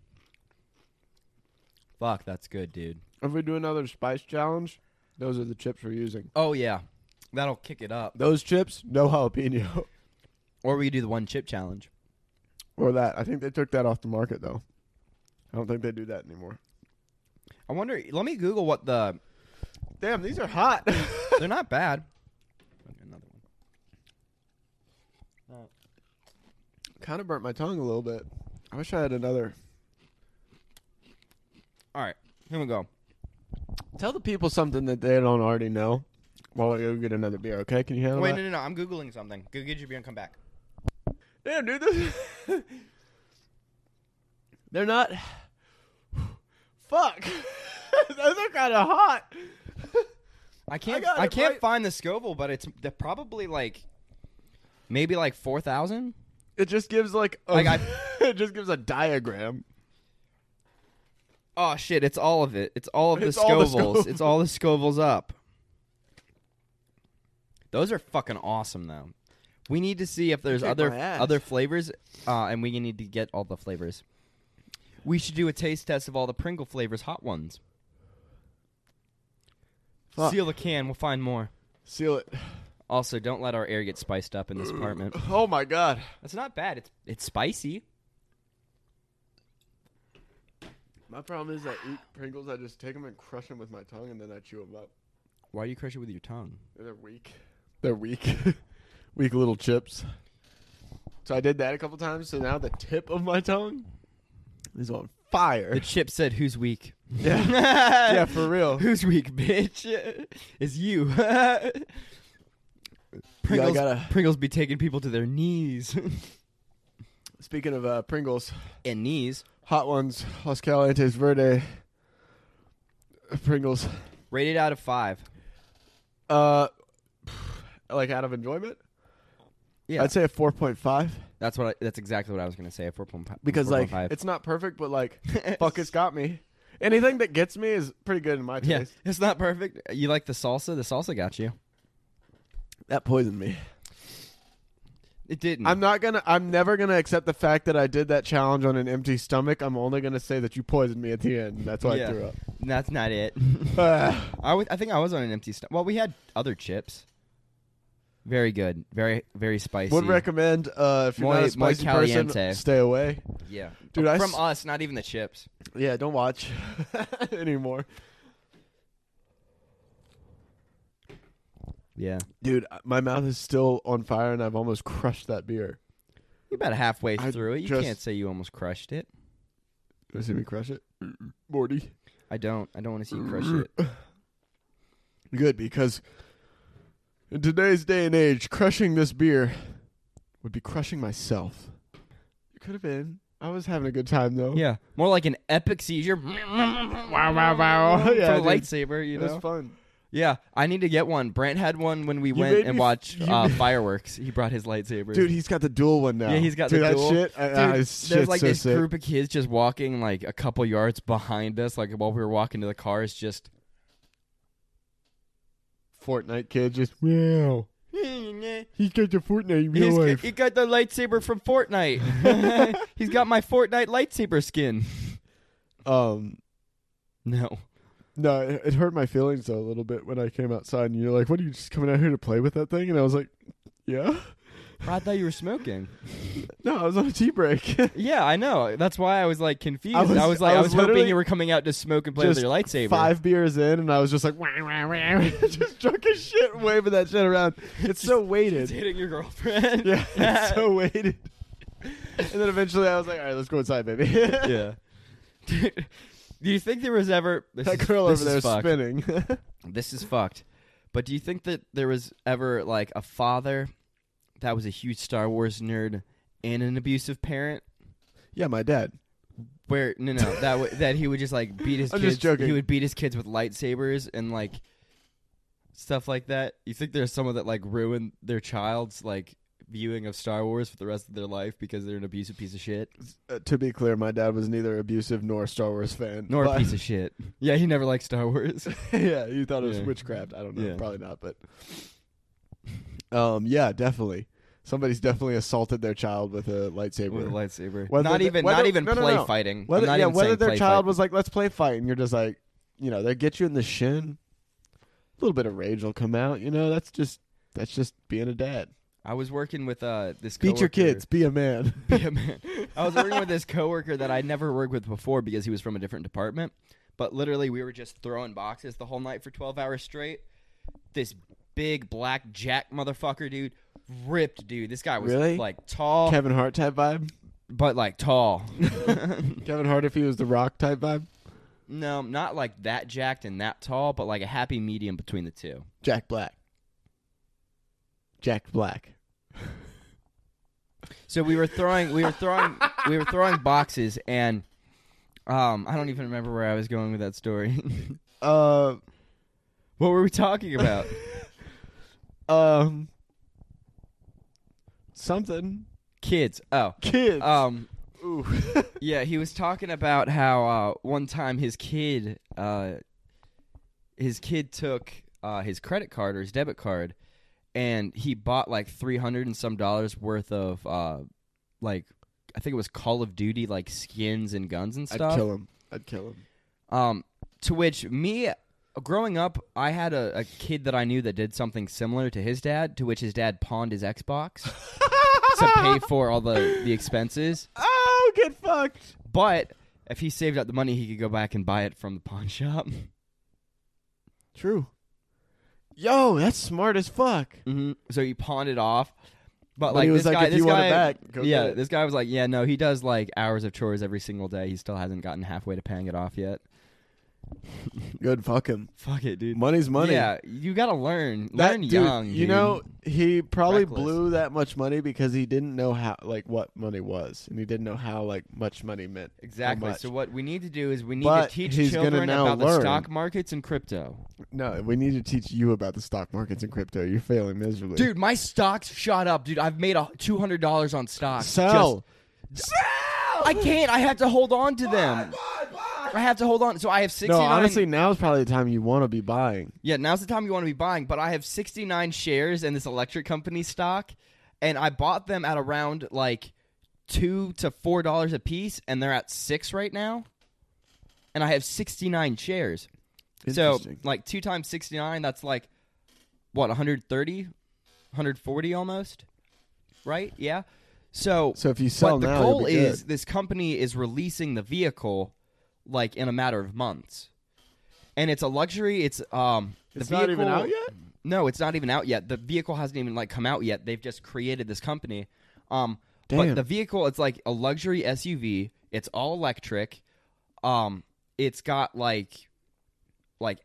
[SPEAKER 1] Fuck, that's good, dude.
[SPEAKER 2] If we do another spice challenge, those are the chips we're using.
[SPEAKER 1] Oh yeah, that'll kick it up.
[SPEAKER 2] Those chips, no jalapeno.
[SPEAKER 1] Or we could do the one chip challenge.
[SPEAKER 2] or that. I think they took that off the market though. I don't think they do that anymore.
[SPEAKER 1] I wonder. Let me Google what the.
[SPEAKER 2] Damn, these are hot.
[SPEAKER 1] They're not bad. Okay, Another one.
[SPEAKER 2] kind of burnt my tongue a little bit. I wish I had another.
[SPEAKER 1] All right, here we go.
[SPEAKER 2] Tell the people something that they don't already know while I go get another beer, okay? Can you handle
[SPEAKER 1] Wait,
[SPEAKER 2] that?
[SPEAKER 1] no, no, no. I'm googling something. Go get your beer and come back.
[SPEAKER 2] Damn, dude. This... They're not. Fuck. Those are kind of hot.
[SPEAKER 1] I can't.
[SPEAKER 2] got
[SPEAKER 1] I,
[SPEAKER 2] it
[SPEAKER 1] can't
[SPEAKER 2] right.
[SPEAKER 1] find the Scoville, but it's they're probably like, maybe like four thousand.
[SPEAKER 2] It just gives like a,
[SPEAKER 1] Like, I-
[SPEAKER 2] it just gives a diagram.
[SPEAKER 1] Oh shit! It's all of it. It's all of the
[SPEAKER 2] It's all the
[SPEAKER 1] Scovilles.
[SPEAKER 2] Scovilles.
[SPEAKER 1] It's all the Scovilles up. Those are fucking awesome, though. We need to see if there's
[SPEAKER 2] Kick
[SPEAKER 1] other
[SPEAKER 2] my ass.
[SPEAKER 1] other flavors, uh, and we need to get all the flavors. We should do a taste test of all the Pringle flavors, hot ones.
[SPEAKER 2] Fuck.
[SPEAKER 1] Seal the can. We'll find more.
[SPEAKER 2] Seal it.
[SPEAKER 1] Also, don't let our air get spiced up in this apartment.
[SPEAKER 2] Oh my god.
[SPEAKER 1] That's not bad. It's it's spicy.
[SPEAKER 2] My problem is I eat Pringles. I just take them and crush them with my tongue, and then I chew them up.
[SPEAKER 1] Why do you crush it with your tongue?
[SPEAKER 2] They're weak. They're weak. weak little chips. So I did that a couple times. So now the tip of my tongue is on fire.
[SPEAKER 1] The chip said, "Who's weak?"
[SPEAKER 2] yeah. yeah, for real.
[SPEAKER 1] Who's weak, bitch? It's you.
[SPEAKER 2] Yeah, I
[SPEAKER 1] Pringles,
[SPEAKER 2] gotta-
[SPEAKER 1] Pringles be taking people to their knees.
[SPEAKER 2] Speaking of uh, Pringles,
[SPEAKER 1] and knees.
[SPEAKER 2] hot ones, Los Calientes Verde Pringles.
[SPEAKER 1] Rated out of five.
[SPEAKER 2] Uh, like out of enjoyment,
[SPEAKER 1] Yeah,
[SPEAKER 2] I'd say a four point five
[SPEAKER 1] that's what. I, that's exactly what I was gonna say. Four point five.
[SPEAKER 2] because like it's not perfect, but like fuck, it's got me. Anything that gets me is pretty good in my taste.
[SPEAKER 1] yeah, it's not perfect. You like the salsa? The salsa got you.
[SPEAKER 2] That poisoned me.
[SPEAKER 1] It didn't.
[SPEAKER 2] I'm not gonna. I'm never gonna accept the fact that I did that challenge on an empty stomach. I'm only gonna say that you poisoned me at the end. and That's why
[SPEAKER 1] Yeah.
[SPEAKER 2] I threw up.
[SPEAKER 1] That's not it.
[SPEAKER 2] Ah.
[SPEAKER 1] I wa- I think I was on an empty stomach. Well, we had other chips. Very good. Very very spicy.
[SPEAKER 2] Would recommend uh, if you're
[SPEAKER 1] Muy-
[SPEAKER 2] not
[SPEAKER 1] muy
[SPEAKER 2] a spicy
[SPEAKER 1] caliente.
[SPEAKER 2] person, stay away.
[SPEAKER 1] Yeah, Oh,
[SPEAKER 2] Dude, I
[SPEAKER 1] from
[SPEAKER 2] s-
[SPEAKER 1] us, not even the chips.
[SPEAKER 2] Yeah, don't watch anymore,
[SPEAKER 1] Yeah,
[SPEAKER 2] dude. My mouth is still on fire, and I've almost crushed that beer.
[SPEAKER 1] you're about halfway
[SPEAKER 2] I
[SPEAKER 1] through it. You
[SPEAKER 2] just-
[SPEAKER 1] can't say you almost crushed it.
[SPEAKER 2] You see me crush it, Morty?
[SPEAKER 1] I don't. I don't want to see you crush it.
[SPEAKER 2] Good because in today's day and age, crushing this beer would be crushing myself. You could have been. I was having a good time though.
[SPEAKER 1] Yeah, more like an epic seizure. wow, wow,
[SPEAKER 2] wow.
[SPEAKER 1] a
[SPEAKER 2] Yeah, dude.
[SPEAKER 1] lightsaber, you
[SPEAKER 2] it was
[SPEAKER 1] know.
[SPEAKER 2] fun.
[SPEAKER 1] Yeah, I need to get one. Brant had one when we
[SPEAKER 2] made
[SPEAKER 1] went and
[SPEAKER 2] me-
[SPEAKER 1] watched
[SPEAKER 2] you
[SPEAKER 1] uh,
[SPEAKER 2] made-
[SPEAKER 1] fireworks. He brought his lightsaber.
[SPEAKER 2] Dude, he's got the dual one now.
[SPEAKER 1] Yeah, he's got
[SPEAKER 2] Dude,
[SPEAKER 1] the
[SPEAKER 2] that
[SPEAKER 1] dual.
[SPEAKER 2] shit. I, I,
[SPEAKER 1] Dude,
[SPEAKER 2] shit's
[SPEAKER 1] there's like
[SPEAKER 2] so
[SPEAKER 1] this
[SPEAKER 2] sick.
[SPEAKER 1] group of kids just walking like a couple yards behind us, like while we were walking to the cars. Just
[SPEAKER 2] Fortnite kid just wow.
[SPEAKER 1] he's
[SPEAKER 2] He's got the Fortnite in real
[SPEAKER 1] got,
[SPEAKER 2] life.
[SPEAKER 1] he got the lightsaber from Fortnite. he's got my Fortnite lightsaber skin.
[SPEAKER 2] um,
[SPEAKER 1] No,
[SPEAKER 2] no, it, it hurt my feelings though a little bit when I came outside and you're like, "What are you just coming out here to play with that thing?" And I was like, "Yeah,
[SPEAKER 1] I thought you were smoking.
[SPEAKER 2] no, I was on a tea break."
[SPEAKER 1] Yeah, I know. That's why I was like confused. I
[SPEAKER 2] I
[SPEAKER 1] was,
[SPEAKER 2] was-
[SPEAKER 1] like,
[SPEAKER 2] I
[SPEAKER 1] I was,
[SPEAKER 2] was
[SPEAKER 1] hoping
[SPEAKER 2] literally
[SPEAKER 1] you were coming out to smoke and play with
[SPEAKER 2] just
[SPEAKER 1] your lightsaber.
[SPEAKER 2] Five beers in, and I was just like, wah, wah, wah, just drunk as shit, waving that shit around. It's so
[SPEAKER 1] Just
[SPEAKER 2] weighted.
[SPEAKER 1] hitting your girlfriend.
[SPEAKER 2] Yeah, it's so weighted. And then eventually, I was like, all right, let's go inside, baby. yeah.
[SPEAKER 1] yeah. Dude, do you think there was ever this
[SPEAKER 2] That
[SPEAKER 1] is-
[SPEAKER 2] girl
[SPEAKER 1] this
[SPEAKER 2] over there
[SPEAKER 1] is
[SPEAKER 2] is
[SPEAKER 1] fucked.
[SPEAKER 2] spinning.
[SPEAKER 1] This is fucked. But do you think that there was ever like a father that was a huge Star Wars nerd and an abusive parent?
[SPEAKER 2] yeah, my dad.
[SPEAKER 1] Where no no that w- that he would just like beat his
[SPEAKER 2] I'm
[SPEAKER 1] kids.
[SPEAKER 2] just joking.
[SPEAKER 1] He would beat his kids with lightsabers and like stuff like that. You think there's someone that like ruined their child's like viewing of Star Wars for the rest of their life because they're an abusive piece of shit?
[SPEAKER 2] Uh, to be clear, my dad was neither abusive nor a Star Wars fan.
[SPEAKER 1] Nor
[SPEAKER 2] but-
[SPEAKER 1] a piece of shit. Yeah, he never liked Star Wars.
[SPEAKER 2] yeah, you thought it was
[SPEAKER 1] Yeah.
[SPEAKER 2] witchcraft. I don't know.
[SPEAKER 1] Yeah.
[SPEAKER 2] Probably not, but. Um. Yeah, definitely. Somebody's definitely assaulted their child with a lightsaber.
[SPEAKER 1] with a lightsaber.
[SPEAKER 2] Whether
[SPEAKER 1] not
[SPEAKER 2] the-
[SPEAKER 1] even
[SPEAKER 2] whether-
[SPEAKER 1] not even
[SPEAKER 2] no, no,
[SPEAKER 1] play
[SPEAKER 2] no.
[SPEAKER 1] fighting. I'm
[SPEAKER 2] Whether,
[SPEAKER 1] not
[SPEAKER 2] yeah,
[SPEAKER 1] even
[SPEAKER 2] whether
[SPEAKER 1] saying
[SPEAKER 2] their
[SPEAKER 1] play
[SPEAKER 2] child
[SPEAKER 1] fight.
[SPEAKER 2] was like, let's play fight, and you're just like, you know, they get you in the shin. A little bit of rage will come out. You know, that's just that's just being a dad.
[SPEAKER 1] I was working with uh this
[SPEAKER 2] Beat
[SPEAKER 1] coworker-
[SPEAKER 2] your kids. Be a man.
[SPEAKER 1] Yeah, man. I was working with this coworker that I'd never worked with before because he was from a different department. But literally, we were just throwing boxes the whole night for twelve hours straight. This big black jack motherfucker, dude, ripped dude. This guy was
[SPEAKER 2] Really?
[SPEAKER 1] like tall,
[SPEAKER 2] Kevin Hart type vibe.
[SPEAKER 1] but like tall.
[SPEAKER 2] Kevin Hart, if he was the Rock type vibe.
[SPEAKER 1] no, not like that jacked and that tall, but like a happy medium between the two.
[SPEAKER 2] Jack Black. Jack Black.
[SPEAKER 1] So we were throwing, we were throwing, we were throwing boxes, and um, I don't even remember where I was going with that story.
[SPEAKER 2] Uh,
[SPEAKER 1] what were we talking about?
[SPEAKER 2] um, something.
[SPEAKER 1] Kids. Oh,
[SPEAKER 2] Kids.
[SPEAKER 1] um,
[SPEAKER 2] Ooh.
[SPEAKER 1] yeah, he was talking about how uh, one time his kid, uh, his kid took uh, his credit card or his debit card, and he bought like three hundred and some dollars worth of uh, like I think it was Call of Duty like skins and guns and
[SPEAKER 2] I'd
[SPEAKER 1] stuff.
[SPEAKER 2] kill him. I'd kill him.
[SPEAKER 1] Um, to which me, growing up, I had a, a kid that I knew that did something similar to his dad. To which his dad pawned his Xbox to pay for all the the expenses.
[SPEAKER 2] Oh, get fucked.
[SPEAKER 1] But if he saved up the money, he could go back and buy it from the pawn shop.
[SPEAKER 2] True. Yo, that's smart as fuck.
[SPEAKER 1] hmm So he pawned it off. But,
[SPEAKER 2] Mm-hmm. But
[SPEAKER 1] like
[SPEAKER 2] he was
[SPEAKER 1] this
[SPEAKER 2] like,
[SPEAKER 1] guy,
[SPEAKER 2] "If
[SPEAKER 1] this
[SPEAKER 2] you want
[SPEAKER 1] guy,
[SPEAKER 2] it back, go
[SPEAKER 1] yeah,
[SPEAKER 2] get it."
[SPEAKER 1] this guy was like, yeah, no, he does like hours of chores every single day. He still hasn't gotten halfway to paying it off yet.
[SPEAKER 2] Good, fuck him.
[SPEAKER 1] Fuck it, dude.
[SPEAKER 2] Money's money.
[SPEAKER 1] Yeah, you gotta learn.
[SPEAKER 2] That
[SPEAKER 1] learn
[SPEAKER 2] dude,
[SPEAKER 1] young.
[SPEAKER 2] you
[SPEAKER 1] dude.
[SPEAKER 2] know, he probably
[SPEAKER 1] Reckless.
[SPEAKER 2] blew that much money because he didn't know how, like, what money was, and he didn't know how, like, much money meant. how
[SPEAKER 1] Exactly.
[SPEAKER 2] much.
[SPEAKER 1] So what we need to do is we need
[SPEAKER 2] But
[SPEAKER 1] to teach
[SPEAKER 2] he's gonna
[SPEAKER 1] children
[SPEAKER 2] now
[SPEAKER 1] about the
[SPEAKER 2] learn.
[SPEAKER 1] stock markets and crypto.
[SPEAKER 2] no, we need to teach you about the stock markets and crypto. You're failing miserably,
[SPEAKER 1] Dude, my stocks shot up, dude. I've made a two hundred dollars on stocks.
[SPEAKER 2] Sell.
[SPEAKER 1] Just- I can't. I have to hold on to them. I have to hold on. So I have sixty
[SPEAKER 2] no,
[SPEAKER 1] nine.
[SPEAKER 2] honestly, now is probably the time you want to be buying.
[SPEAKER 1] yeah. Now's the time you want to be buying. But I have sixty nine shares in this electric company stock, and I bought them at around like two to four dollars a piece, and they're at six right now. And I have sixty nine shares. So
[SPEAKER 2] Interesting.
[SPEAKER 1] like two times sixty nine, that's like what 130, 140 almost, right? Yeah. So
[SPEAKER 2] So if you sell
[SPEAKER 1] but
[SPEAKER 2] now,
[SPEAKER 1] the
[SPEAKER 2] you'll
[SPEAKER 1] goal
[SPEAKER 2] be
[SPEAKER 1] is
[SPEAKER 2] good.
[SPEAKER 1] this company is releasing the vehicle like in a matter of months, and it's a luxury. It's um the
[SPEAKER 2] It's not
[SPEAKER 1] vehicle
[SPEAKER 2] even out yet?
[SPEAKER 1] No, it's not even out yet. The vehicle hasn't even like come out yet. They've just created this company. Um, but
[SPEAKER 2] Damn.
[SPEAKER 1] the vehicle it's like a luxury SUV. It's all electric. Um, it's got like like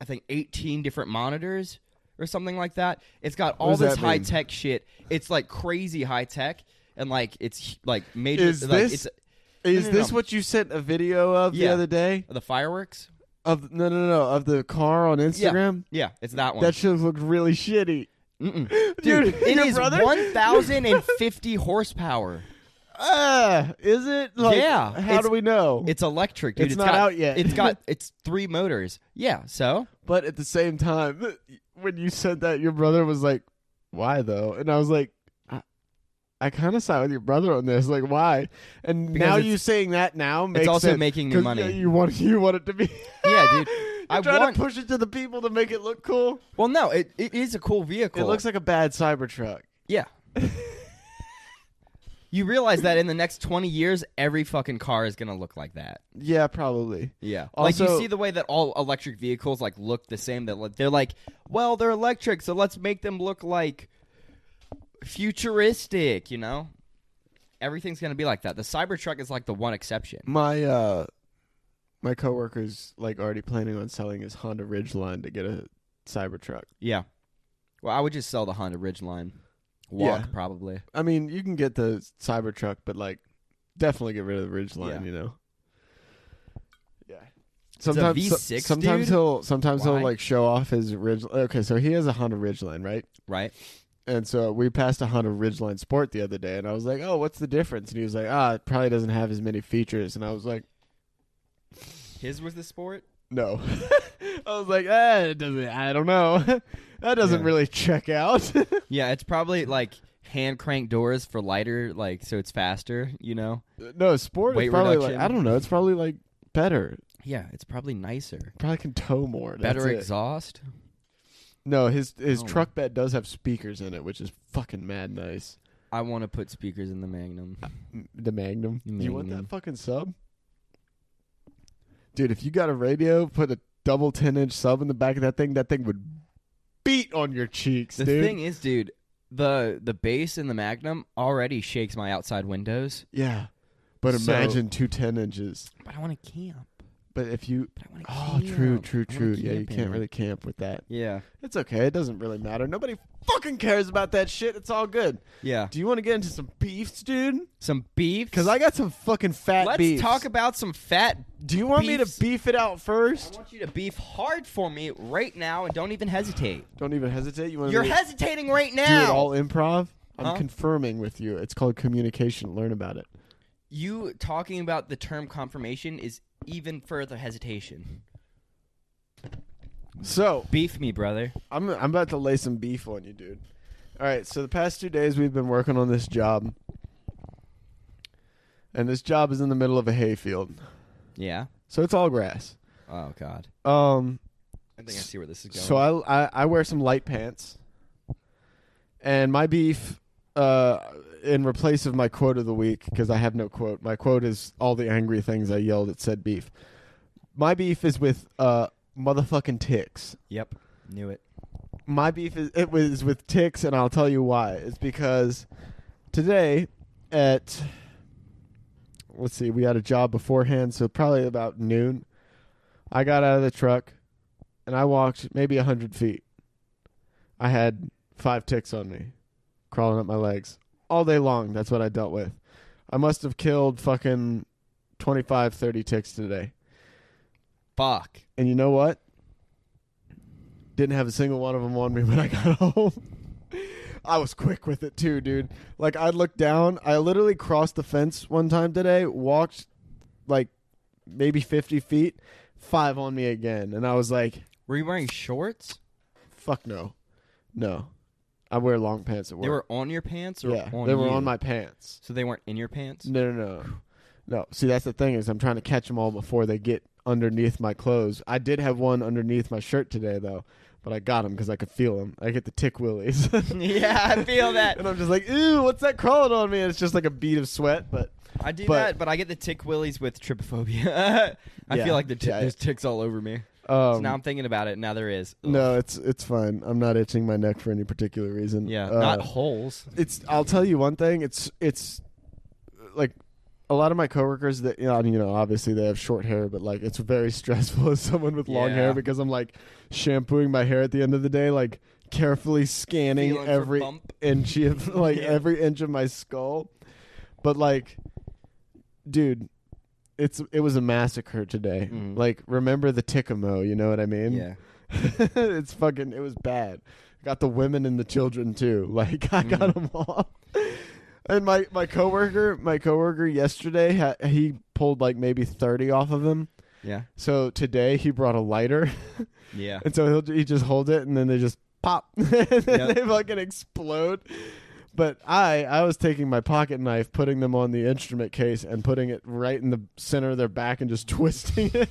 [SPEAKER 1] I think 18 different monitors or something like that. It's got all
[SPEAKER 2] does
[SPEAKER 1] this
[SPEAKER 2] that mean?
[SPEAKER 1] high tech shit. It's like crazy high tech and like it's like major
[SPEAKER 2] Is
[SPEAKER 1] like
[SPEAKER 2] this-
[SPEAKER 1] it's
[SPEAKER 2] Is
[SPEAKER 1] no, no,
[SPEAKER 2] this
[SPEAKER 1] no.
[SPEAKER 2] what you sent a video of the
[SPEAKER 1] Yeah.
[SPEAKER 2] other day?
[SPEAKER 1] the fireworks?
[SPEAKER 2] Of no, no, no, of the car on Instagram.
[SPEAKER 1] Yeah, it's that one.
[SPEAKER 2] That should have looked really shitty.
[SPEAKER 1] Mm-mm.
[SPEAKER 2] Dude,
[SPEAKER 1] Dude, it
[SPEAKER 2] your
[SPEAKER 1] is
[SPEAKER 2] brother-
[SPEAKER 1] 1050 horsepower.
[SPEAKER 2] Ah, is it? Like,
[SPEAKER 1] Yeah,
[SPEAKER 2] How
[SPEAKER 1] it's-
[SPEAKER 2] do we know?
[SPEAKER 1] It's electric, dude.
[SPEAKER 2] It's
[SPEAKER 1] It's
[SPEAKER 2] not
[SPEAKER 1] got-
[SPEAKER 2] out yet.
[SPEAKER 1] It's got it's three motors. Yeah, so
[SPEAKER 2] But at the same time, when you said that, your brother was like, "Why though?" And I was like, "I, I kind of side with your brother on this. Like, why?" And
[SPEAKER 1] Because
[SPEAKER 2] now
[SPEAKER 1] it's-
[SPEAKER 2] you saying that now makes
[SPEAKER 1] also
[SPEAKER 2] sense,
[SPEAKER 1] making me
[SPEAKER 2] 'cause
[SPEAKER 1] money.
[SPEAKER 2] You want you want it to be.
[SPEAKER 1] yeah, dude.
[SPEAKER 2] You're
[SPEAKER 1] I
[SPEAKER 2] trying
[SPEAKER 1] want
[SPEAKER 2] to push it to the people to make it look cool.
[SPEAKER 1] Well, no, it, it is a cool vehicle.
[SPEAKER 2] It looks like a bad Cybertruck.
[SPEAKER 1] Yeah. you realize that in the next 20 years, every fucking car is going to look like that.
[SPEAKER 2] Yeah, probably.
[SPEAKER 1] Yeah. like
[SPEAKER 2] Also-
[SPEAKER 1] you see the way that all electric vehicles like look the same that like, they're like, well, they're electric, so let's make them look like futuristic, you know? Everything's going to be like that. The Cybertruck is like the one exception.
[SPEAKER 2] My uh, my coworker's like already planning on selling his Honda Ridgeline to get a Cybertruck.
[SPEAKER 1] Yeah. Well, I would just sell the Honda Ridgeline. Walk
[SPEAKER 2] Yeah.
[SPEAKER 1] probably.
[SPEAKER 2] I mean, you can get the Cybertruck, but like, definitely get rid of the Ridgeline.
[SPEAKER 1] Yeah.
[SPEAKER 2] You know. Yeah.
[SPEAKER 1] a
[SPEAKER 2] Sometimes, so-
[SPEAKER 1] V6,
[SPEAKER 2] sometimes
[SPEAKER 1] dude?
[SPEAKER 2] he'll sometimes
[SPEAKER 1] Why?
[SPEAKER 2] he'll like show off his ridge. Okay, so he has a Honda Ridgeline, right?
[SPEAKER 1] Right?
[SPEAKER 2] And so we passed a Honda Ridgeline Sport the other day, and I was like, "Oh, what's the difference?" And he was like, "Ah, it probably doesn't have as many features." And I was like,
[SPEAKER 1] His was the sport?
[SPEAKER 2] "No." I was like, "Ah, it doesn't. I don't know. that doesn't
[SPEAKER 1] Yeah.
[SPEAKER 2] really check out."
[SPEAKER 1] Yeah, it's probably like hand crank doors for lighter, like so it's faster, you know?
[SPEAKER 2] no, Sport is
[SPEAKER 1] Weight
[SPEAKER 2] probably
[SPEAKER 1] reduction.
[SPEAKER 2] like I don't know. It's probably like better.
[SPEAKER 1] Yeah, it's probably nicer.
[SPEAKER 2] Probably can tow more. That's
[SPEAKER 1] Better
[SPEAKER 2] it.
[SPEAKER 1] exhaust.
[SPEAKER 2] No, his his
[SPEAKER 1] Oh.
[SPEAKER 2] truck bed does have speakers in it, which is fucking mad nice.
[SPEAKER 1] I want to put speakers in the Magnum.
[SPEAKER 2] Uh, The Magnum. You want
[SPEAKER 1] Mm.
[SPEAKER 2] that
[SPEAKER 1] Magnum.
[SPEAKER 2] fucking sub? Dude, if you got a radio, put a double 10 inch sub in the back of that thing, that thing would beat on your cheeks,
[SPEAKER 1] The
[SPEAKER 2] dude.
[SPEAKER 1] thing is, dude, the the bass in the Magnum already shakes my outside windows,
[SPEAKER 2] yeah. But
[SPEAKER 1] So-
[SPEAKER 2] imagine two 10 inches.
[SPEAKER 1] but I want to camp.
[SPEAKER 2] But if you.
[SPEAKER 1] But I want to
[SPEAKER 2] Oh,
[SPEAKER 1] camp.
[SPEAKER 2] true, true,
[SPEAKER 1] I wanna
[SPEAKER 2] true. Yeah, you
[SPEAKER 1] camp in
[SPEAKER 2] can't
[SPEAKER 1] it.
[SPEAKER 2] really camp with that.
[SPEAKER 1] Yeah.
[SPEAKER 2] It's okay. It doesn't really matter. Nobody fucking cares about that shit. It's all good.
[SPEAKER 1] Yeah.
[SPEAKER 2] Do you want to get into some beefs, dude?
[SPEAKER 1] Some beef.
[SPEAKER 2] Because I got some fucking fat
[SPEAKER 1] Let's
[SPEAKER 2] beefs.
[SPEAKER 1] talk about some fat.
[SPEAKER 2] Do you want me
[SPEAKER 1] beefs.
[SPEAKER 2] to beef it out first?
[SPEAKER 1] I want you to beef hard for me right now, and don't even hesitate.
[SPEAKER 2] Don't even hesitate. You want
[SPEAKER 1] You're
[SPEAKER 2] me to
[SPEAKER 1] hesitating right now.
[SPEAKER 2] do it all improv? I'm
[SPEAKER 1] Huh?
[SPEAKER 2] confirming with you. It's called communication. Learn about it.
[SPEAKER 1] you talking about the term confirmation is even further hesitation.
[SPEAKER 2] So
[SPEAKER 1] Beef me, brother.
[SPEAKER 2] I'm I'm about to lay some beef on you, dude. All right. So the past two days we've been working on this job, and this job is in the middle of a hayfield,
[SPEAKER 1] Yeah.
[SPEAKER 2] so it's all grass.
[SPEAKER 1] Oh God.
[SPEAKER 2] Um.
[SPEAKER 1] I think I see where this is going.
[SPEAKER 2] So I, I I wear some light pants, and my beef, uh, in replace of my quote of the week because I have no quote. My quote is all the angry things I yelled at said beef. My beef is with uh motherfucking ticks.
[SPEAKER 1] yep. Knew it.
[SPEAKER 2] My beef is it was with ticks, and I'll tell you why. It's because today at let's see, we had a job beforehand, so probably about noon. I got out of the truck and I walked maybe a hundred feet. I had five ticks on me, crawling up my legs all day long. That's what I dealt with. I must have killed fucking 25, 30 ticks today.
[SPEAKER 1] Fuck.
[SPEAKER 2] And you know what? Didn't have a single one of them on me when I got home. I was quick with it too, dude. Like I looked down, I literally crossed the fence one time today, walked like maybe 50 feet, five on me again, and I was like,
[SPEAKER 1] Were you wearing shorts?
[SPEAKER 2] "Fuck no, no." I wear long pants at work.
[SPEAKER 1] They were on your pants, or
[SPEAKER 2] yeah,
[SPEAKER 1] on
[SPEAKER 2] they were
[SPEAKER 1] you?
[SPEAKER 2] on my pants.
[SPEAKER 1] So they weren't in your pants.
[SPEAKER 2] No, no, no, no. See, that's the thing is, I'm trying to catch them all before they get underneath my clothes. I did have one underneath my shirt today though, but I got them because I could feel them. I get the tick willies.
[SPEAKER 1] yeah, I feel that.
[SPEAKER 2] and I'm just like, ooh, what's that crawling on me? And it's just like a bead of sweat, but
[SPEAKER 1] I do
[SPEAKER 2] But-
[SPEAKER 1] that, but I get the tick willies with trypophobia. I
[SPEAKER 2] Yeah.
[SPEAKER 1] feel like the t-
[SPEAKER 2] Yeah,
[SPEAKER 1] there's ticks all over me.
[SPEAKER 2] um,
[SPEAKER 1] so now I'm thinking about it. Now there is. Ugh.
[SPEAKER 2] no, it's it's fine. I'm not itching my neck for any particular reason.
[SPEAKER 1] Yeah,
[SPEAKER 2] Uh,
[SPEAKER 1] not holes.
[SPEAKER 2] it's I'll tell you one thing. It's it's like a lot of my coworkers that you know, you know obviously they have short hair, but like it's very stressful as someone with long
[SPEAKER 1] Yeah.
[SPEAKER 2] hair because I'm like shampooing my hair at the end of the day, like carefully scanning
[SPEAKER 1] Feeling for
[SPEAKER 2] every
[SPEAKER 1] bump.
[SPEAKER 2] inch of like
[SPEAKER 1] Yeah.
[SPEAKER 2] every inch of my skull. But like, dude. It's it was a massacre today.
[SPEAKER 1] Mhm.
[SPEAKER 2] Like remember the Tickamo, you know what I mean?
[SPEAKER 1] Yeah,
[SPEAKER 2] it's fucking it was bad got the women and the children too like i
[SPEAKER 1] Mm.
[SPEAKER 2] got them all and my my coworker my coworker yesterday ha- he pulled like maybe 30 off of him
[SPEAKER 1] yeah,
[SPEAKER 2] so today he brought a lighter
[SPEAKER 1] yeah.
[SPEAKER 2] and so he'll ju- he just hold it and then they just pop and then
[SPEAKER 1] Yep.
[SPEAKER 2] they fucking explode but I, I was taking my pocket knife, putting them on the instrument case, and putting it right in the center of their back, and just twisting it.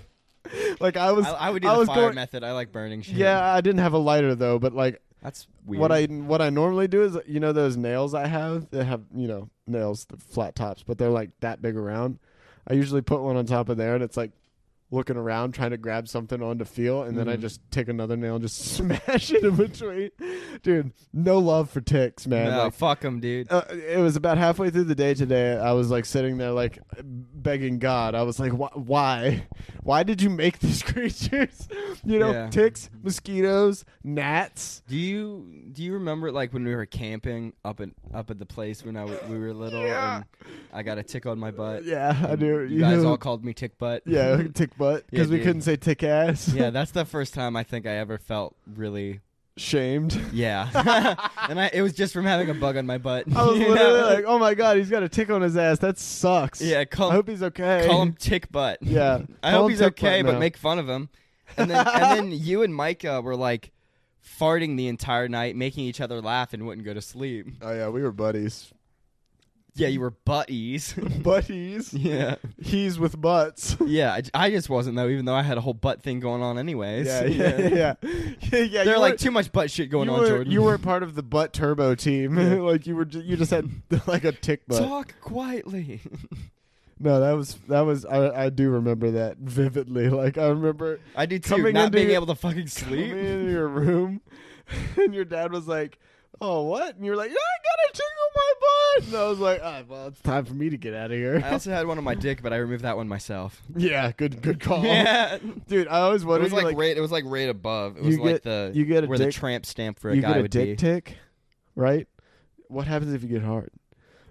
[SPEAKER 2] like I was,
[SPEAKER 1] I, I would do
[SPEAKER 2] I
[SPEAKER 1] the
[SPEAKER 2] was
[SPEAKER 1] fire
[SPEAKER 2] going,
[SPEAKER 1] method. I like burning shit.
[SPEAKER 2] yeah, I didn't have a lighter though, but like
[SPEAKER 1] that's weird.
[SPEAKER 2] what I what I normally do is you know those nails I have that have you know nails the flat tops, but they're like that big around. I usually put one on top of there, and it's like looking around trying to grab something on to feel, and then I
[SPEAKER 1] Mhm.
[SPEAKER 2] just take another nail and just smash it in between. Dude, no love for ticks, man.
[SPEAKER 1] no,
[SPEAKER 2] Like,
[SPEAKER 1] fuck them, dude.
[SPEAKER 2] uh, it was about halfway through the day today. I was like sitting there, like begging God. I was like, "Wh- "Why? Why did you make these creatures? You know,
[SPEAKER 1] Yeah.
[SPEAKER 2] ticks, mosquitoes, gnats."
[SPEAKER 1] Do you do you remember like when we were camping up in up at the place when I w- we were little
[SPEAKER 2] Yeah.
[SPEAKER 1] and I got a tick on my butt?
[SPEAKER 2] Yeah, I
[SPEAKER 1] And
[SPEAKER 2] do.
[SPEAKER 1] You, guys
[SPEAKER 2] know-
[SPEAKER 1] all called me tick butt.
[SPEAKER 2] yeah, tick butt
[SPEAKER 1] Yeah,
[SPEAKER 2] because we
[SPEAKER 1] dude.
[SPEAKER 2] couldn't say tick ass.
[SPEAKER 1] yeah. That's the first time I think I ever felt really
[SPEAKER 2] shamed.
[SPEAKER 1] yeah. and I, it was just from having a bug on my butt.
[SPEAKER 2] I was
[SPEAKER 1] You know?
[SPEAKER 2] literally like, "Oh my god, he's got a tick on his ass. That sucks."
[SPEAKER 1] yeah, call,
[SPEAKER 2] I hope he's okay.
[SPEAKER 1] call him tick butt.
[SPEAKER 2] Yeah,
[SPEAKER 1] I
[SPEAKER 2] call him
[SPEAKER 1] hope he's
[SPEAKER 2] Tick Butt
[SPEAKER 1] okay, but
[SPEAKER 2] now.
[SPEAKER 1] make fun of him. And then, and then you and Micah were like farting the entire night, making each other laugh and wouldn't go to sleep.
[SPEAKER 2] Oh yeah, we were buddies.
[SPEAKER 1] Yeah, you were butties.
[SPEAKER 2] Buddies.
[SPEAKER 1] yeah,
[SPEAKER 2] He's with butts.
[SPEAKER 1] yeah. I j- I, just wasn't though, even though I had a whole butt thing going on anyways.
[SPEAKER 2] Yeah, yeah, yeah, yeah. yeah
[SPEAKER 1] They're
[SPEAKER 2] you
[SPEAKER 1] like
[SPEAKER 2] were-
[SPEAKER 1] too much butt shit going
[SPEAKER 2] you
[SPEAKER 1] on,
[SPEAKER 2] were,
[SPEAKER 1] Jordan.
[SPEAKER 2] You were part of the butt turbo team.
[SPEAKER 1] Yeah.
[SPEAKER 2] like you were, ju- you just had like a tick butt.
[SPEAKER 1] talk quietly.
[SPEAKER 2] No, that was that was. I, I do remember that vividly. Like I remember
[SPEAKER 1] I do too.
[SPEAKER 2] Coming
[SPEAKER 1] not
[SPEAKER 2] into
[SPEAKER 1] being
[SPEAKER 2] your-
[SPEAKER 1] able to fucking
[SPEAKER 2] coming
[SPEAKER 1] sleep.
[SPEAKER 2] in your room, and your dad was like, "Oh, what?" And you were like, "Yeah, "I got a tick on my butt." And I was like, "Ah, "Well, it's time for me to get out of here."
[SPEAKER 1] I also had one on my dick, but I removed that one myself.
[SPEAKER 2] yeah, good, good call,
[SPEAKER 1] Yeah,
[SPEAKER 2] dude. I always
[SPEAKER 1] it
[SPEAKER 2] wondered,
[SPEAKER 1] was like,
[SPEAKER 2] like,
[SPEAKER 1] right. It was like right above. It
[SPEAKER 2] You
[SPEAKER 1] was like
[SPEAKER 2] get-
[SPEAKER 1] the
[SPEAKER 2] you get a
[SPEAKER 1] where the
[SPEAKER 2] dick-
[SPEAKER 1] tramp stamp for a
[SPEAKER 2] you
[SPEAKER 1] guy
[SPEAKER 2] get a
[SPEAKER 1] would
[SPEAKER 2] dick
[SPEAKER 1] be.
[SPEAKER 2] tick, right? What happens if you get hard?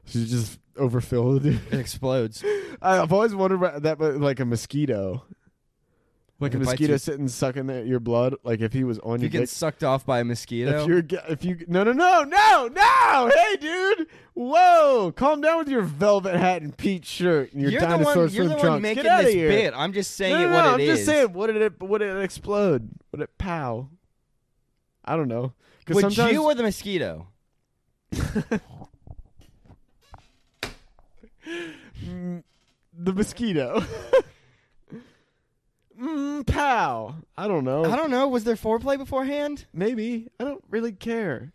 [SPEAKER 2] So you just overfill the dude.
[SPEAKER 1] it explodes.
[SPEAKER 2] I- I've always wondered about that, but like a mosquito, like a
[SPEAKER 1] If I
[SPEAKER 2] mosquito
[SPEAKER 1] took-
[SPEAKER 2] sitting sucking at your blood. Like if he was on
[SPEAKER 1] If
[SPEAKER 2] your
[SPEAKER 1] you get
[SPEAKER 2] dick,
[SPEAKER 1] sucked off by a
[SPEAKER 2] if
[SPEAKER 1] mosquito,
[SPEAKER 2] you if you no no no no no, hey dude, whoa, calm down with your velvet hat and peach shirt and your
[SPEAKER 1] you're the
[SPEAKER 2] dinosaur
[SPEAKER 1] one. You're
[SPEAKER 2] swim
[SPEAKER 1] the
[SPEAKER 2] trunks.
[SPEAKER 1] one making
[SPEAKER 2] get out
[SPEAKER 1] this
[SPEAKER 2] of here.
[SPEAKER 1] bit. I'm just saying
[SPEAKER 2] no, no,
[SPEAKER 1] it
[SPEAKER 2] no,
[SPEAKER 1] what
[SPEAKER 2] I'm
[SPEAKER 1] it is.
[SPEAKER 2] just saying, would it would it explode? Would it pow? I don't know. Because
[SPEAKER 1] Would
[SPEAKER 2] sometimes
[SPEAKER 1] you or the mosquito?
[SPEAKER 2] Mm, the mosquito. mm, pow. I don't know.
[SPEAKER 1] I don't know. Was there foreplay beforehand?
[SPEAKER 2] Maybe. I don't really care.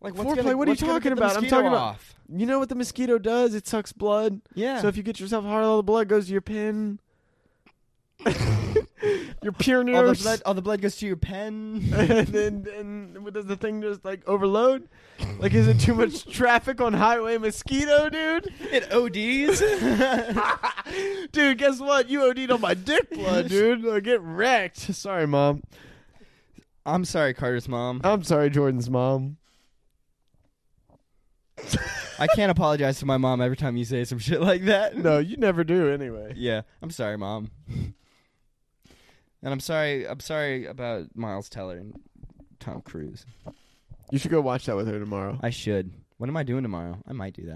[SPEAKER 1] Like
[SPEAKER 2] Foreplay? What are you
[SPEAKER 1] what's gonna
[SPEAKER 2] talking
[SPEAKER 1] get the
[SPEAKER 2] about? I'm
[SPEAKER 1] mosquito
[SPEAKER 2] talking about-
[SPEAKER 1] off?
[SPEAKER 2] You know what the mosquito does? It sucks blood.
[SPEAKER 1] Yeah.
[SPEAKER 2] So if you get yourself hard, all the blood goes to your pin. your pure
[SPEAKER 1] all the
[SPEAKER 2] nerves.
[SPEAKER 1] blood, all the blood goes to your pen.
[SPEAKER 2] and then and what does the thing just like overload? Like is it too much traffic on highway mosquito, dude?
[SPEAKER 1] it ODs.
[SPEAKER 2] dude, guess what? You OD'd on my dick blood, dude. I get wrecked. Sorry, mom.
[SPEAKER 1] I'm sorry, Carter's mom.
[SPEAKER 2] I'm sorry, Jordan's mom.
[SPEAKER 1] I can't apologize to my mom every time you say some shit like that.
[SPEAKER 2] No, you never do anyway.
[SPEAKER 1] Yeah, I'm sorry, mom. and I'm sorry. I'm sorry about Miles Teller and Tom Cruise.
[SPEAKER 2] You should go watch that with her tomorrow.
[SPEAKER 1] I should. What am I doing tomorrow? I might do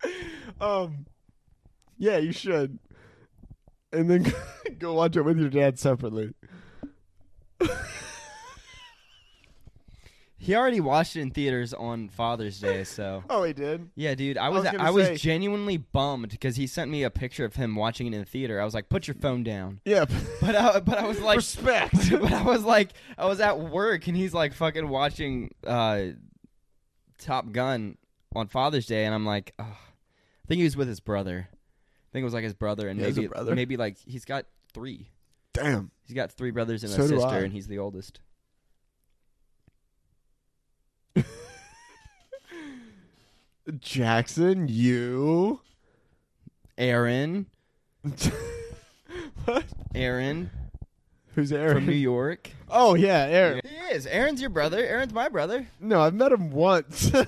[SPEAKER 1] that.
[SPEAKER 2] Um, yeah, you should. And then go watch it with your dad separately.
[SPEAKER 1] He already watched it in theaters on Father's Day, so
[SPEAKER 2] Oh, he did.
[SPEAKER 1] yeah, dude. I was
[SPEAKER 2] was
[SPEAKER 1] I was,
[SPEAKER 2] gonna say-
[SPEAKER 1] genuinely bummed because he sent me a picture of him watching it in the theater. I was like, "Put your phone down."
[SPEAKER 2] Yeah.
[SPEAKER 1] But I, but I was like,
[SPEAKER 2] respect.
[SPEAKER 1] but I was like, I was at work and he's like fucking watching uh, Top Gun on Father's Day, and I'm like, Ugh. I think he was with his brother. I think it was like his brother, and
[SPEAKER 2] Yeah, he's a
[SPEAKER 1] maybe
[SPEAKER 2] brother.
[SPEAKER 1] maybe like he's got three.
[SPEAKER 2] Damn.
[SPEAKER 1] He's got three brothers and
[SPEAKER 2] So
[SPEAKER 1] a
[SPEAKER 2] do I.
[SPEAKER 1] sister, and he's the oldest.
[SPEAKER 2] Jackson, you.
[SPEAKER 1] Aaron,
[SPEAKER 2] what?
[SPEAKER 1] Aaron
[SPEAKER 2] Who's
[SPEAKER 1] from
[SPEAKER 2] Aaron?
[SPEAKER 1] New York.
[SPEAKER 2] Oh yeah, Aaron.
[SPEAKER 1] He is. Aaron's your brother. Aaron's my brother.
[SPEAKER 2] No, I've met him once.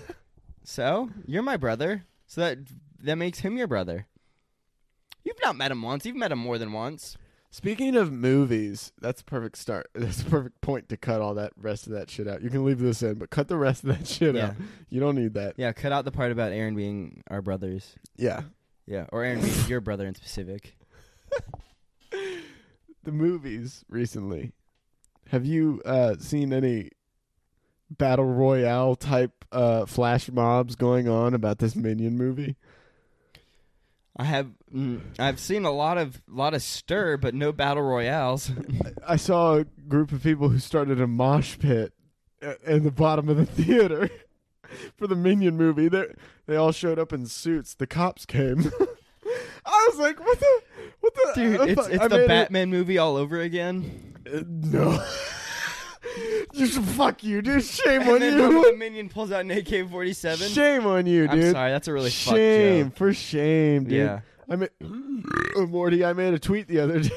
[SPEAKER 1] So you're my brother. So that that makes him your brother. You've not met him once. You've met him more than once.
[SPEAKER 2] Speaking of movies, that's a perfect start. That's a perfect point to cut all that rest of that shit out. You can leave this in, but cut the rest of that shit
[SPEAKER 1] Yeah.
[SPEAKER 2] out. You don't need that.
[SPEAKER 1] Yeah, cut out the part about Aaron being our brothers.
[SPEAKER 2] Yeah.
[SPEAKER 1] Yeah, or Aaron being your brother in specific.
[SPEAKER 2] The movies recently. Have you uh, seen any battle royale type uh, flash mobs going on about this minion movie?
[SPEAKER 1] I have mm, I've seen a lot of lot of stir, but no battle royales.
[SPEAKER 2] I saw a group of people who started a mosh pit a- in the bottom of the theater for the Minion movie. They they all showed up in suits. The cops came. I was like, what the, what the,
[SPEAKER 1] Dude,
[SPEAKER 2] I
[SPEAKER 1] it's
[SPEAKER 2] thought-
[SPEAKER 1] it's
[SPEAKER 2] I
[SPEAKER 1] the
[SPEAKER 2] made
[SPEAKER 1] Batman movie all over again.
[SPEAKER 2] It, uh, no, just fuck you, dude. Shame
[SPEAKER 1] And
[SPEAKER 2] on
[SPEAKER 1] then one of the
[SPEAKER 2] you.
[SPEAKER 1] minion pulls out an AK forty seven.
[SPEAKER 2] Shame on you, dude.
[SPEAKER 1] I'm sorry, that's a really fucked
[SPEAKER 2] shame
[SPEAKER 1] joke.
[SPEAKER 2] for shame, dude.
[SPEAKER 1] Yeah.
[SPEAKER 2] I made oh, Morty. I made a tweet the other day.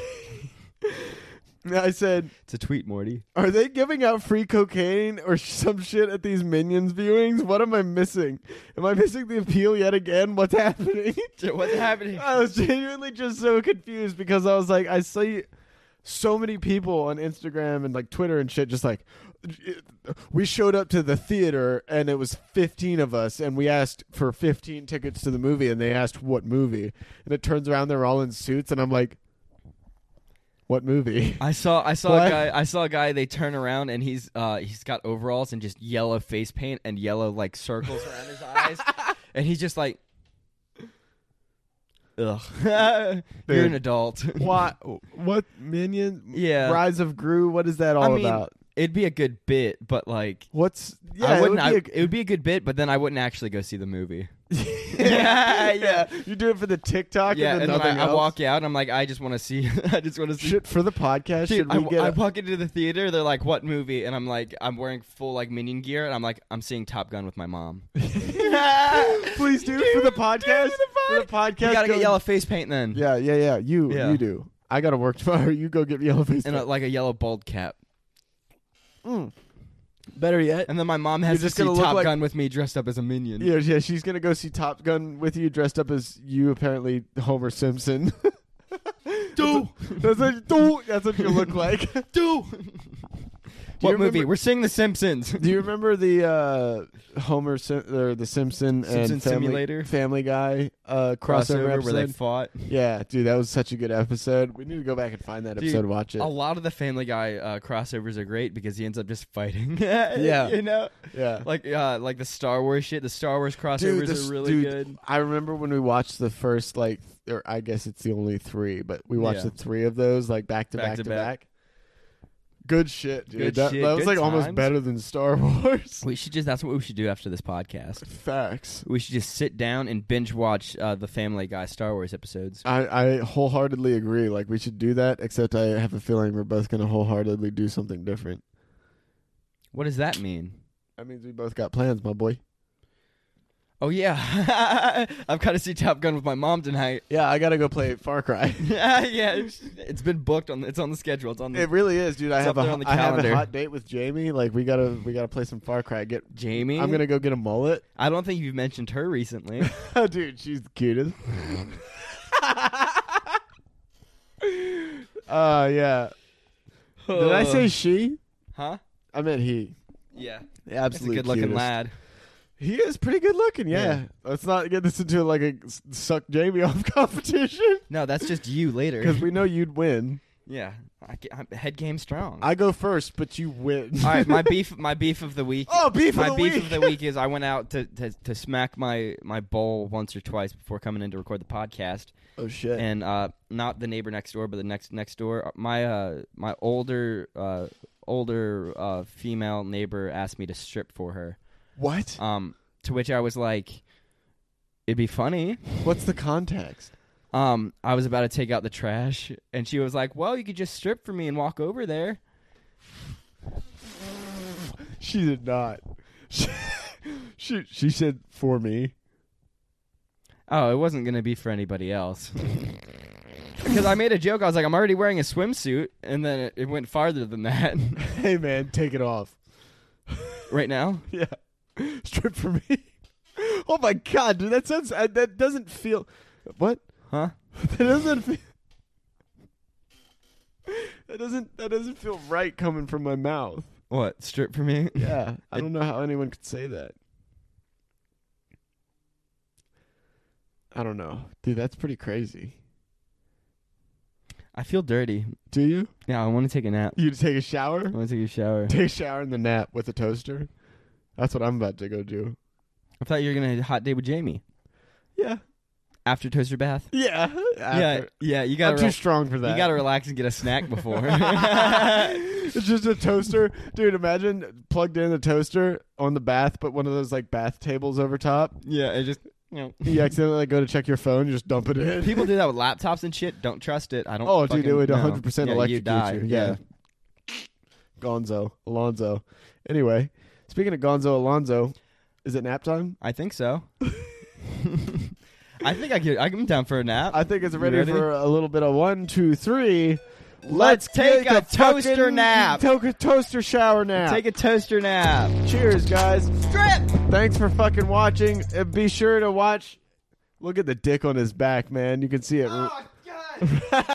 [SPEAKER 2] I said,
[SPEAKER 1] It's a tweet, Morty.
[SPEAKER 2] Are they giving out free cocaine or some shit at these Minions viewings? What am I missing? Am I missing the appeal yet again? What's happening?
[SPEAKER 1] Dude, what's happening?
[SPEAKER 2] I was genuinely just so confused because I was like, I see so many people on Instagram and like Twitter and shit just like, we showed up to the theater and it was 15 of us and we asked for 15 tickets to the movie and they asked what movie. And it turns around they're all in suits and I'm like, what movie?
[SPEAKER 1] I saw I saw
[SPEAKER 2] What?
[SPEAKER 1] a guy I saw a guy they turn around and he's uh he's got overalls and just yellow face paint and yellow like circles around his eyes and he's just like Ugh. You're
[SPEAKER 2] Dude.
[SPEAKER 1] an adult.
[SPEAKER 2] What? What minion?
[SPEAKER 1] Yeah.
[SPEAKER 2] Rise of Gru. What is that all
[SPEAKER 1] I mean,
[SPEAKER 2] about?
[SPEAKER 1] It'd be a good bit, but like
[SPEAKER 2] What's? Yeah,
[SPEAKER 1] I wouldn't
[SPEAKER 2] It would be
[SPEAKER 1] I- it would be a good bit, but then I wouldn't actually go see the movie.
[SPEAKER 2] a-
[SPEAKER 1] Yeah,
[SPEAKER 2] You do it for the TikTok.
[SPEAKER 1] yeah,
[SPEAKER 2] and
[SPEAKER 1] and
[SPEAKER 2] then
[SPEAKER 1] then
[SPEAKER 2] nothing
[SPEAKER 1] I, I
[SPEAKER 2] else?
[SPEAKER 1] walk out and I'm like, I just wanna see I just wanna see
[SPEAKER 2] Shit for the podcast.
[SPEAKER 1] Dude,
[SPEAKER 2] Should
[SPEAKER 1] I,
[SPEAKER 2] we get?
[SPEAKER 1] I
[SPEAKER 2] a-
[SPEAKER 1] walk into the theater. They're like, "What movie?" And I'm like, "I'm wearing full like minion gear." And I'm like, "I'm seeing Top Gun with my mom."
[SPEAKER 2] please do it for the podcast. For the podcast.
[SPEAKER 1] You gotta
[SPEAKER 2] go-
[SPEAKER 1] get yellow face paint then,
[SPEAKER 2] Yeah, yeah, yeah. You,
[SPEAKER 1] Yeah.
[SPEAKER 2] you do. I gotta work tomorrow. You go get yellow face.
[SPEAKER 1] and uh, like mm, a yellow bald cap.
[SPEAKER 2] Better yet.
[SPEAKER 1] And then my mom has
[SPEAKER 2] You're just
[SPEAKER 1] to
[SPEAKER 2] gonna
[SPEAKER 1] see
[SPEAKER 2] look
[SPEAKER 1] Top
[SPEAKER 2] like-
[SPEAKER 1] Gun with me dressed up as a minion.
[SPEAKER 2] Yeah, yeah, she's gonna go see Top Gun with you, dressed up as you, apparently Homer Simpson.
[SPEAKER 1] Do
[SPEAKER 2] that's what, do- that's what you look like.
[SPEAKER 1] do.
[SPEAKER 2] you
[SPEAKER 1] what
[SPEAKER 2] remember-
[SPEAKER 1] movie? We're seeing The Simpsons.
[SPEAKER 2] Do you remember the uh, Homer Sim- or the Simpson,
[SPEAKER 1] Simpson
[SPEAKER 2] and Family,
[SPEAKER 1] Simulator?
[SPEAKER 2] Family Guy uh, crossover,
[SPEAKER 1] crossover where they
[SPEAKER 2] episode?
[SPEAKER 1] fought?
[SPEAKER 2] yeah, dude, that was such a good episode. We need to go back and find that
[SPEAKER 1] Dude,
[SPEAKER 2] episode. Watch it.
[SPEAKER 1] A lot of the Family Guy uh, crossovers are great because he ends up just fighting.
[SPEAKER 2] Yeah.
[SPEAKER 1] you know,
[SPEAKER 2] yeah,
[SPEAKER 1] like uh, like the Star Wars shit. The Star Wars crossovers
[SPEAKER 2] this-
[SPEAKER 1] are really
[SPEAKER 2] dude,
[SPEAKER 1] good.
[SPEAKER 2] I remember when we watched the first like, or I guess it's the only three, but we watched
[SPEAKER 1] Yeah.
[SPEAKER 2] the three of those like back to back, to back. Good shit, dude.
[SPEAKER 1] Good
[SPEAKER 2] that,
[SPEAKER 1] shit,
[SPEAKER 2] that was
[SPEAKER 1] good
[SPEAKER 2] like almost
[SPEAKER 1] times.
[SPEAKER 2] better than Star Wars.
[SPEAKER 1] We should just. That's what we should do after this podcast.
[SPEAKER 2] Facts.
[SPEAKER 1] We should just sit down and binge watch uh, the Family Guy Star Wars episodes.
[SPEAKER 2] I, I wholeheartedly agree. Like we should do that, except I have a feeling we're both gonna wholeheartedly do something different.
[SPEAKER 1] What does that mean?
[SPEAKER 2] That means we both got plans, my boy.
[SPEAKER 1] Oh yeah, I've got to see Top Gun with my mom tonight.
[SPEAKER 2] Yeah, I gotta go play Far Cry.
[SPEAKER 1] yeah, it's, it's been booked on. It's on the schedule. It's on the.
[SPEAKER 2] it really is, dude. I
[SPEAKER 1] It's
[SPEAKER 2] have
[SPEAKER 1] up there
[SPEAKER 2] a
[SPEAKER 1] on the
[SPEAKER 2] I have a
[SPEAKER 1] calendar.
[SPEAKER 2] hot date with Jamie. Like we gotta we gotta play some Far Cry. Get
[SPEAKER 1] Jamie,
[SPEAKER 2] I'm gonna go get a mullet.
[SPEAKER 1] I don't think you've mentioned her recently.
[SPEAKER 2] dude, she's the cutest. uh yeah. Did I say she?
[SPEAKER 1] Huh?
[SPEAKER 2] I meant he.
[SPEAKER 1] Yeah,
[SPEAKER 2] The
[SPEAKER 1] that's
[SPEAKER 2] absolute
[SPEAKER 1] a good-looking
[SPEAKER 2] cutest.
[SPEAKER 1] lad.
[SPEAKER 2] He is pretty good looking, yeah.
[SPEAKER 1] Yeah.
[SPEAKER 2] Let's not get this into like a s- suck Jamie off competition
[SPEAKER 1] No, that's just you later.
[SPEAKER 2] because we know you'd win.
[SPEAKER 1] Yeah, I, ge- I'm head game strong.
[SPEAKER 2] I go first, but you win.
[SPEAKER 1] All right, my beef, my beef of the week.
[SPEAKER 2] oh, beef
[SPEAKER 1] my
[SPEAKER 2] of the
[SPEAKER 1] beef
[SPEAKER 2] week.
[SPEAKER 1] of the week is I went out to, to to smack my my bowl once or twice before coming in to record the podcast,
[SPEAKER 2] Oh shit.
[SPEAKER 1] and uh, not the neighbor next door, but the next next door. My uh, my older uh, older uh, female neighbor asked me to strip for her.
[SPEAKER 2] what?
[SPEAKER 1] Um, to which I was like, "It'd be funny."
[SPEAKER 2] What's the context?
[SPEAKER 1] Um, I was about to take out the trash, and she was like, "Well, you could just strip for me and walk over there."
[SPEAKER 2] She did not. She, she she said for me.
[SPEAKER 1] Oh, it wasn't gonna be for anybody else. Because I made a joke, I was like, "I'm already wearing a swimsuit," and then it, it went farther than that.
[SPEAKER 2] Hey man, take it off.
[SPEAKER 1] right now,
[SPEAKER 2] Yeah. Strip for me. Oh my god, dude, that sounds uh, that doesn't feel what?
[SPEAKER 1] huh?
[SPEAKER 2] That doesn't feel That doesn't that doesn't feel right coming from my mouth.
[SPEAKER 1] What strip for me?
[SPEAKER 2] Yeah. I don't know how anyone could say that. I don't know. Dude, that's pretty crazy.
[SPEAKER 1] I feel dirty.
[SPEAKER 2] Do you?
[SPEAKER 1] Yeah, I want to take a nap.
[SPEAKER 2] You take a shower?
[SPEAKER 1] I want to take a shower.
[SPEAKER 2] Take a shower in the nap with a toaster. That's what I'm about to go do.
[SPEAKER 1] I thought you were gonna hot date with Jamie
[SPEAKER 2] Yeah.
[SPEAKER 1] after toaster bath.
[SPEAKER 2] Yeah. After-
[SPEAKER 1] Yeah, yeah. You gotta
[SPEAKER 2] I'm too
[SPEAKER 1] re-
[SPEAKER 2] strong for that.
[SPEAKER 1] you gotta relax and get a snack before.
[SPEAKER 2] it's just a toaster, dude. Imagine plugged in a toaster on the bath, but one of those like bath tables over top.
[SPEAKER 1] yeah, it just you know.
[SPEAKER 2] You accidentally like, go to check your phone, you just dump it in.
[SPEAKER 1] People do that with laptops and shit. Don't trust it. I don't.
[SPEAKER 2] oh, dude, it
[SPEAKER 1] fucking
[SPEAKER 2] would
[SPEAKER 1] know.
[SPEAKER 2] 100 percent
[SPEAKER 1] Yeah, you
[SPEAKER 2] electrocute
[SPEAKER 1] die.
[SPEAKER 2] you. Yeah. Gonzo, Alonzo. Anyway, speaking of Gonzo, Alonzo, is it nap time?
[SPEAKER 1] I think so. I think I could. I'm down for a nap.
[SPEAKER 2] I think it's
[SPEAKER 1] You
[SPEAKER 2] ready,
[SPEAKER 1] ready?
[SPEAKER 2] for a little bit of one, two, three.
[SPEAKER 1] Let's take a toaster
[SPEAKER 2] fucking-
[SPEAKER 1] nap.
[SPEAKER 2] Take a toaster shower nap.
[SPEAKER 1] Take a toaster nap.
[SPEAKER 2] Cheers, guys.
[SPEAKER 1] Strip.
[SPEAKER 2] Thanks for fucking watching. And be
[SPEAKER 1] Oh,
[SPEAKER 2] Oh, sure to watch. Look at the dick on his back, man. You can see it.
[SPEAKER 1] God.